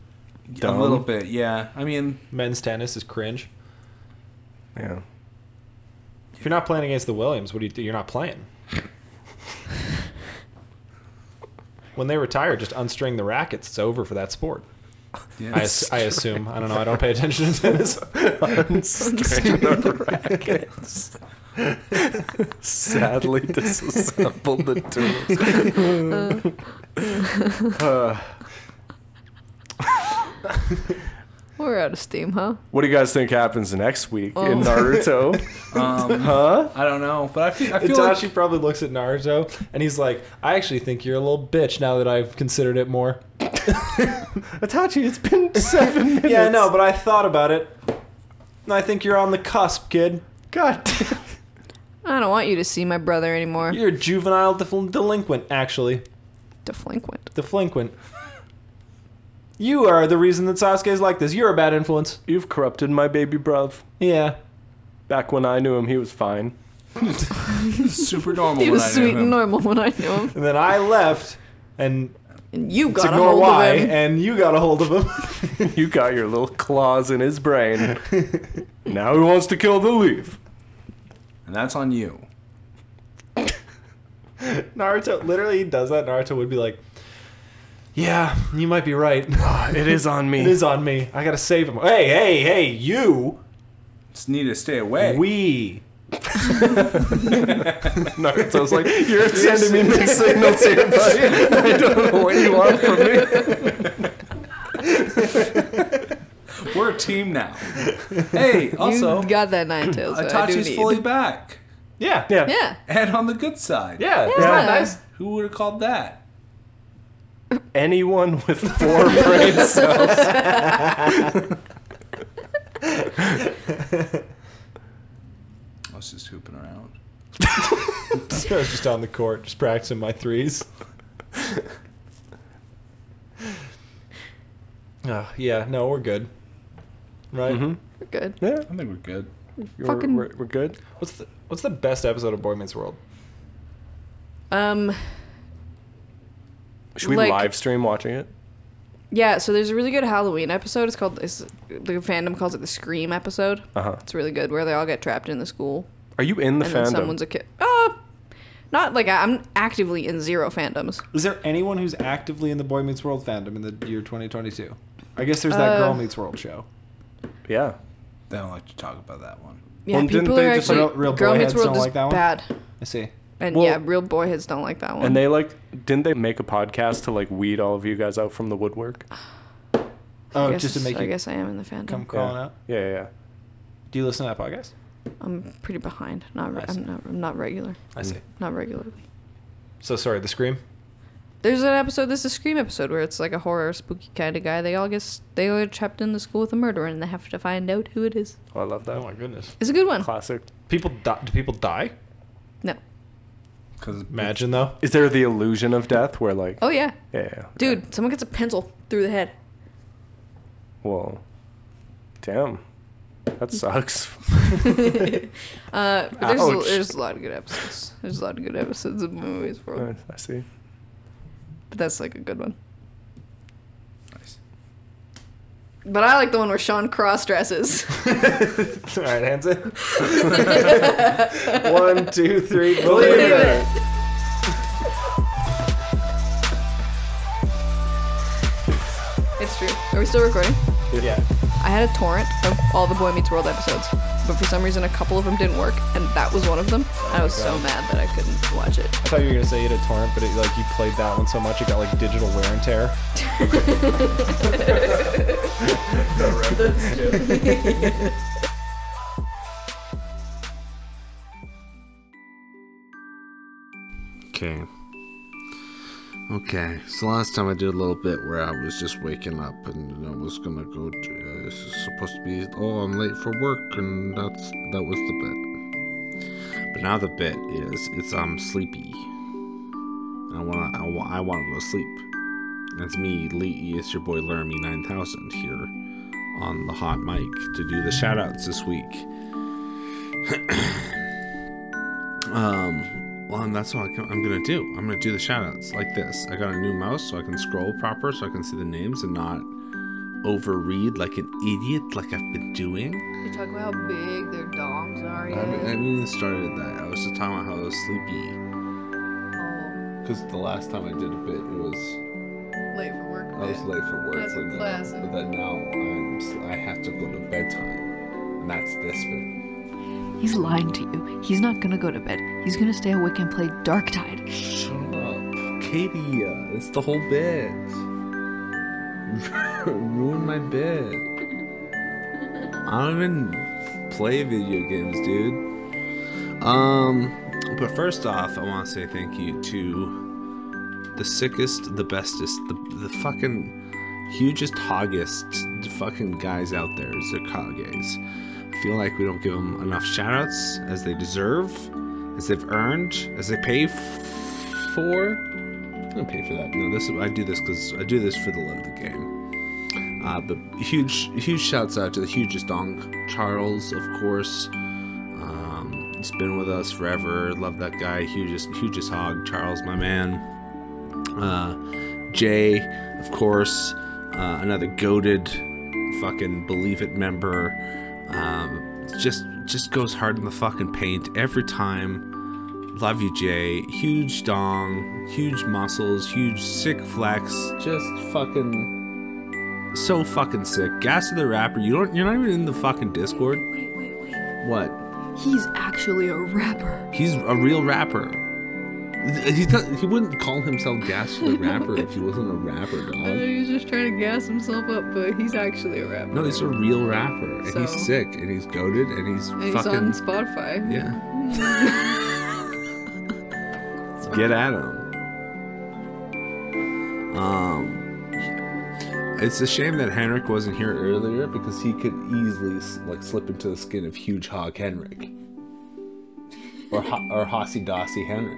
B: a
E: Dumb.
B: little bit. Yeah, I mean,
D: Men's tennis is cringe.
E: Yeah.
D: If you're not playing against the Williams, what do you do? You're not [LAUGHS] playing. when they retire, just unstring the rackets. It's over for that sport. I,
B: yeah.
D: ass- I assume. I don't know. I don't pay attention to [LAUGHS] tennis.
E: [LAUGHS] Unstring the rackets. [LAUGHS]
B: [LAUGHS]
E: Sadly disassembled the tools. Uh,
C: We're out of steam, huh?
E: what do you guys think happens next week
C: Oh.
E: in Naruto? [LAUGHS]
B: um,
E: huh?
B: I don't know, but I feel. I feel like,
D: Itachi probably looks at Naruto and he's like, "I actually think you're a little bitch now that I've considered it more."
E: Itachi, it's been seven [LAUGHS] minutes.
D: Yeah, I know, but I thought about it. And I think you're on the cusp, kid.
E: God damn.
C: I don't want you to see my brother anymore.
D: You're a juvenile defl- delinquent, actually.
C: Delinquent.
D: Delinquent. You are the reason that Sasuke is like this. You're a bad influence.
E: You've corrupted my baby bruv.
D: Yeah.
E: Back when I knew him, he was fine.
B: super normal.
C: He
B: when
C: was
B: I knew
C: sweet and
B: him.
C: normal when I knew him,
D: And then I left, and
C: and you
D: it's
C: got a
D: ignore
C: hold
D: why,
C: of him.
D: and you got a hold of him. [LAUGHS]
E: You got your little claws in his [LAUGHS] brain. now he wants to kill the leaf.
B: and that's on you.
D: Naruto literally he does that. Naruto would be like, "Yeah, you might be right. [LAUGHS]
E: It is on me.
D: it is on me. I gotta save him. Hey, hey, hey, you,
B: Just need to stay away.
D: we."
E: Naruto's [LAUGHS] like, you're sending me [LAUGHS] mixed signals here, buddy. I don't know what you want from me.
B: We're a team
D: [LAUGHS]
B: now. hey, also,
C: you got that nine tails. that I do
B: Itachi's
C: need.
B: fully back
D: Yeah,
E: Yeah.
C: Yeah.
B: and on the good side.
D: yeah. Isn't
E: Yeah.
D: that nice?
B: Who would have called that?
E: Anyone with four brain cells.
B: I was just hooping around.
D: [LAUGHS] I was just on the court, just practicing my threes. [LAUGHS] Oh, yeah, no, we're good. Right?
C: We're good.
E: Yeah,
B: I think we're good.
E: we're,
C: Fucking-
E: we're, we're good.
D: What's the What's the best episode of Boy Meets World?
C: Um.
E: Should we
C: Like-
E: live stream watching it?
C: Yeah, so there's a really good Halloween episode. It's called it's, the fandom calls it the Scream episode.
E: Uh-huh.
C: It's really good where they all get trapped in the school
E: Are you in the
C: and then
E: fandom?
C: someone's a kid. Uh, not like I- I'm actively in zero fandoms.
D: Is there anyone who's actively in the Boy Meets World fandom in the year 2022? I guess there's
C: Uh,
D: that Girl Meets World show.
E: Yeah.
B: They don't like to talk about that one.
C: Yeah,
E: Well, didn't
C: people
E: they
C: are
E: just-
C: actually
D: Real- real
C: Girl Meets
D: boyheads
C: World
D: don't
C: is
D: like that one?
C: bad,
D: I see.
C: and
E: Well-
C: yeah, real boyheads don't like that one.
E: And they like didn't they make a podcast to like weed all of you guys out from the woodwork?
C: Ah.
D: Oh,
C: I guess,
D: just to make
C: I
D: you
C: guess I am in the fandom.
D: come crawling out.
E: Yeah, yeah, yeah.
D: Do you listen to that podcast?
C: I'm pretty behind. Not re-
D: I see.
C: I'm not I'm not regular.
D: I see.
C: Not regularly.
D: Mm. So sorry, the scream.
C: There's an episode. This is a Scream episode where it's like a horror, spooky kind of guy. They all get s- they all get trapped in the school with a murderer, and they have to find out who it is.
E: Oh, I love that.
D: Oh my goodness.
C: It's a good one.
E: Classic.
D: People die. Do people die?
C: No.
B: Because
D: Imagine [LAUGHS] though.
E: Is there the illusion of death where like
C: Oh yeah,
E: yeah, yeah, yeah.
C: dude. Someone gets a pencil through the
D: [LAUGHS]
C: head. [LAUGHS]
E: Whoa. Damn.
C: [LAUGHS]
E: That sucks.
C: Uh, but there's a,
E: Ouch.
C: there's a lot of good episodes. There's a lot of good episodes of movies world,
E: [LAUGHS] I see.
C: but that's like a good one.
B: Nice.
C: But I like the one where Sean cross
D: [LAUGHS]
C: dresses.
D: All right, hands in. [LAUGHS] One, two, three. Believe
C: Believe
D: it.
C: it. [LAUGHS] It's true. Are we still recording?
D: Yeah.
C: I had a torrent of all the Boy Meets World episodes, but for some reason a couple of them didn't work, and that was one of them. I was so mad that I couldn't watch it.
D: I thought you were gonna say you had a torrent, but it, like you played that one so much, it got like digital wear and tear.
H: Okay. Okay. So last time I did a little bit where I was just waking up and I was gonna go. To, uh, this is supposed to be. Oh, I'm late for work, and that's that was the bit. But now the bit is it's I'm sleepy. I want I want I want to go to sleep. That's me, Lee. It's your boy Laramie Nine Thousand here on the hot mic to do the shout outs this week. Um, well, and that's what I can- I'm gonna do. I'm gonna do the shoutouts like this. I got a new mouse, so I can scroll proper, so I can see the names and not overread like an idiot, like I've been doing.
C: You talk about how big their dogs are.
H: I haven't, I haven't even started that. I was just talking about how I was sleepy because the last time I did a bit, it was
C: Oh, late for work.
H: I was late for work,
C: That's a
H: but now-
C: classic.
H: but then now I'm s- I have to go to bedtime, and that's this bit.
F: He's lying to you. He's not gonna go to bed. He's gonna stay awake and play Dark Tide.
H: Shut up, Katie. uh, It's the whole bit. [LAUGHS] Ruin my bit. I don't even play video games, dude. Um, but first off, I want to say thank you to the sickest, the bestest, the the fucking hugest, hoggest fucking guys out there, Zakages. I feel like we don't give them enough shoutouts as they deserve, as they've earned, as they pay for. I don't pay for that. No, this I do this because I do this for the love of the game. Uh, but huge, huge shouts out to the hugest dong, Charles, of course. Um, he's been with us forever. Love that guy. Hugest, hugest hog, Charles, my man. Uh, Jay, of course, uh, another goaded, fucking believe it member. Um, just, just goes hard in the fucking paint every time. Love you, Jay. Huge dong, huge muscles, huge sick flex. Just fucking so fucking sick. Gas to the rapper. You don't. You're not even in the fucking Discord.
F: Wait, wait, wait.
H: What?
F: He's actually a rapper.
H: He's a real rapper. Th- He's not, he wouldn't call himself Gas to the rapper if he wasn't a rapper, dog. [LAUGHS]
C: he was Uh, just trying to gas himself up, but he's actually a rapper.
H: No, he's a real rapper, and
C: So-
H: he's sick, and he's goaded, and he's
C: And he's
H: fucking
C: on Spotify.
H: yeah. Get at him. Um. It's a shame that Henrik wasn't here earlier because he could easily s- like slip into the skin of huge hog Henrik, or ho- or Hossy Dossy Henrik.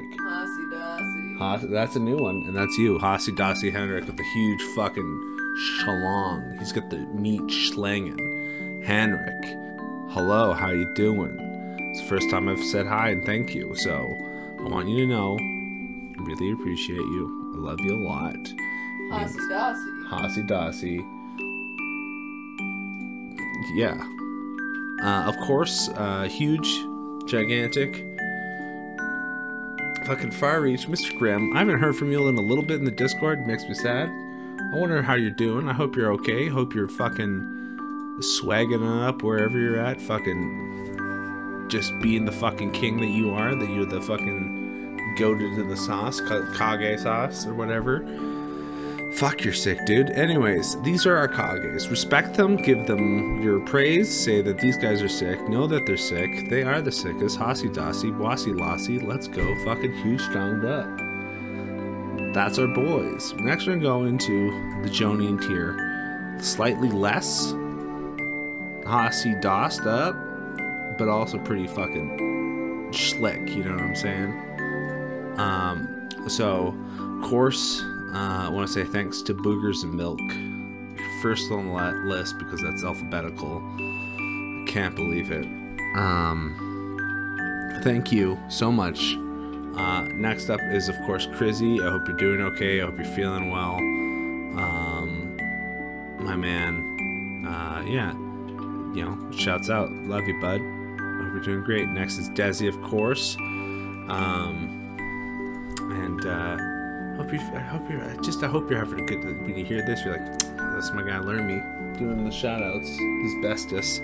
H: Haas- that's a new one, and that's you, Hasi Dasi Henrik with the huge fucking shalong. He's got the meat schlangin'. Henrik, hello, how you doing? It's the first time I've said hi and thank you, so I want you to know, I really appreciate you. I love you a lot.
C: Aussie Dossie.
H: Hasi Dasi. Yeah. Uh, of course, uh, huge, gigantic, fucking far reach, Mr. Grimm. I haven't heard from you in a little bit in the Discord. Makes me sad. I wonder how you're doing. I hope you're okay. Hope you're fucking swagging up wherever you're at. Fucking just being the fucking king that you are. That you're the fucking goaded to the sauce, ka- kage sauce or whatever. Fuck, you're sick, dude. Anyways, these are our Kages. Respect them, give them your praise, say that these guys are sick, know that they're sick, they are the sickest. Hasi Dasi, Wasi Lassi, let's go. Fucking huge stronged up. That's our boys. Next, we're going to go into the Jonian tier. Slightly less Hasi Dossed up, but also pretty fucking slick, you know what I'm saying? Um, so, of course, uh, I want to say thanks to Boogers and Milk. First on the la- list because that's alphabetical. Can't believe it. Um, thank you so much. Uh, next up is, of course, Crizzy. I hope you're doing okay. I hope you're feeling well. Um, my man. Uh, yeah. You know, shouts out. Love you, bud. Hope you're doing great. Next is Desi, of course. Um, and uh, hope you. I hope you're I just. I hope you're having a good. When you hear this, you're like, "Oh, "That's my guy, learn me." Doing the shoutouts, his bestest.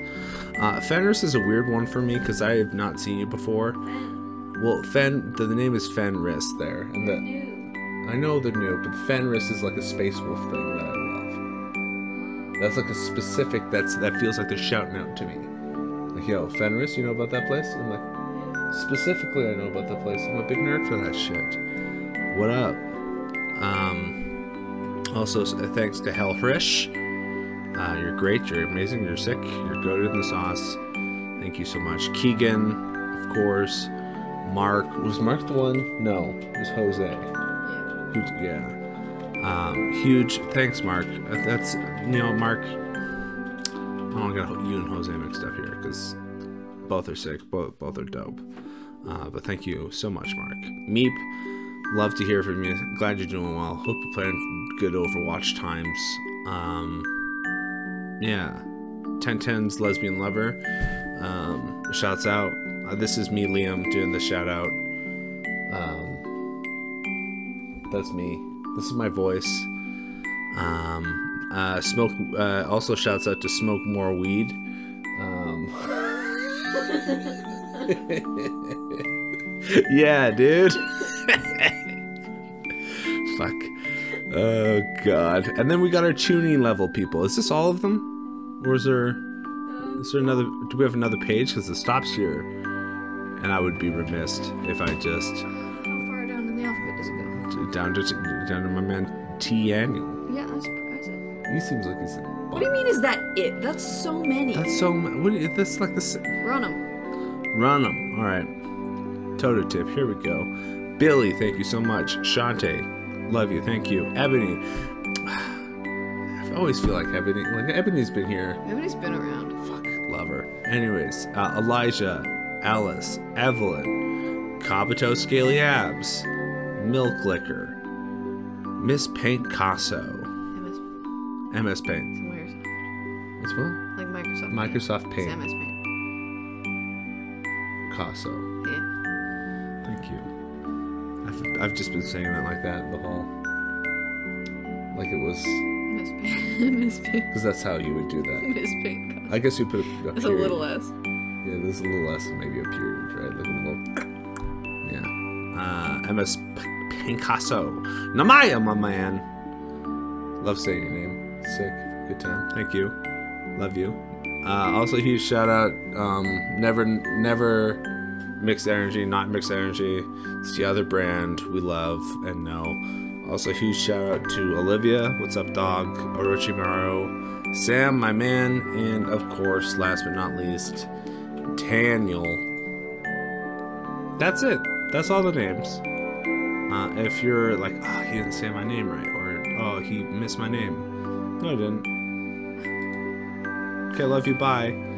H: Uh, Fenris is a weird one for me because I have not seen you before. Well, Fen. The, the name is Fenris there, and the. I know they're new, but Fenris is like a space wolf thing that I love. That's like a specific. That's that feels like they're shouting out to me. Like, yo, Fenris, you know about that place? I'm like, Specifically, I know about that place. I'm a big nerd for that shit. What up? Um, also, s- uh, thanks to Hell Hrish. Uh, you're great. You're amazing. You're sick. You're goaded in the sauce. Thank you so much. Keegan, of course. Mark. Was Mark the one? No. It was Jose. Who- Yeah. Um, huge thanks, Mark. Uh, That's, you know, Mark. I don't get you and Jose mixed up here because both are sick both both are dope uh, but thank you so much mark meep love to hear from you glad you're doing well hope you're playing good overwatch times um yeah 1010's lesbian lover um shouts out Uh, this is me liam doing the shout out um that's me this is my voice um uh smoke uh, also shouts out to smoke more weed um [LAUGHS] yeah, dude. Fuck. Oh god. And then we got our tuning level people. Is this all of them? Or is there is there another do we have another page cuz it stops here? And I would be remiss if I just
C: How far down in the alphabet does it go?
H: down to down to my man T annual.
C: Yeah, that's surprising.
H: He seems like he's
C: What do you mean, is that it? That's so many.
H: That's so mu- what is this like this
C: Run 'em.
H: Run 'em. All right. Toto tip. Here we go. Billy, thank you so much. Shantae, love you. Thank you. Ebony. [SIGHS] I always feel like Ebony. Like Ebony's been here.
C: Everybody's been around.
H: Fuck, love her. Anyways, uh, Elijah, Alice, Evelyn, Kabuto Scaly Abs, Milk Liquor, Miss Paint Casso,
C: MS,
H: MS Paint.
C: some weird-
H: As well?
C: Like Microsoft.
H: Microsoft
C: Paint. It's
H: Paint
C: MS Paint.
H: Casso.
C: Yeah.
H: Thank you. I've, I've just been saying that like that the whole. Like it was.
C: MS Paint. [LAUGHS] MS Paint.
H: Because that's how you would do
C: [LAUGHS]
H: that.
C: MS Paint.
H: I guess you put a, a
C: That's a little
H: period.
C: S.
H: Yeah, there's a little less than maybe a period, right? Like a little. Yeah. Uh, MS P- Picasso. Namaya, my man. Love saying your name. Sick. Good time. Thank you. Love you. Uh, also, huge shout out. Um, never, never mixed energy, not mixed energy. It's the other brand we love and know. Also, huge shout out to Olivia. What's up, dog? Orochimaru, Sam, my man, and of course, last but not least, Taniel. That's it. That's all the names. Uh, if you're like, oh, he didn't say my name right, or oh, he missed my name. No, I didn't. Okay, love you. Bye.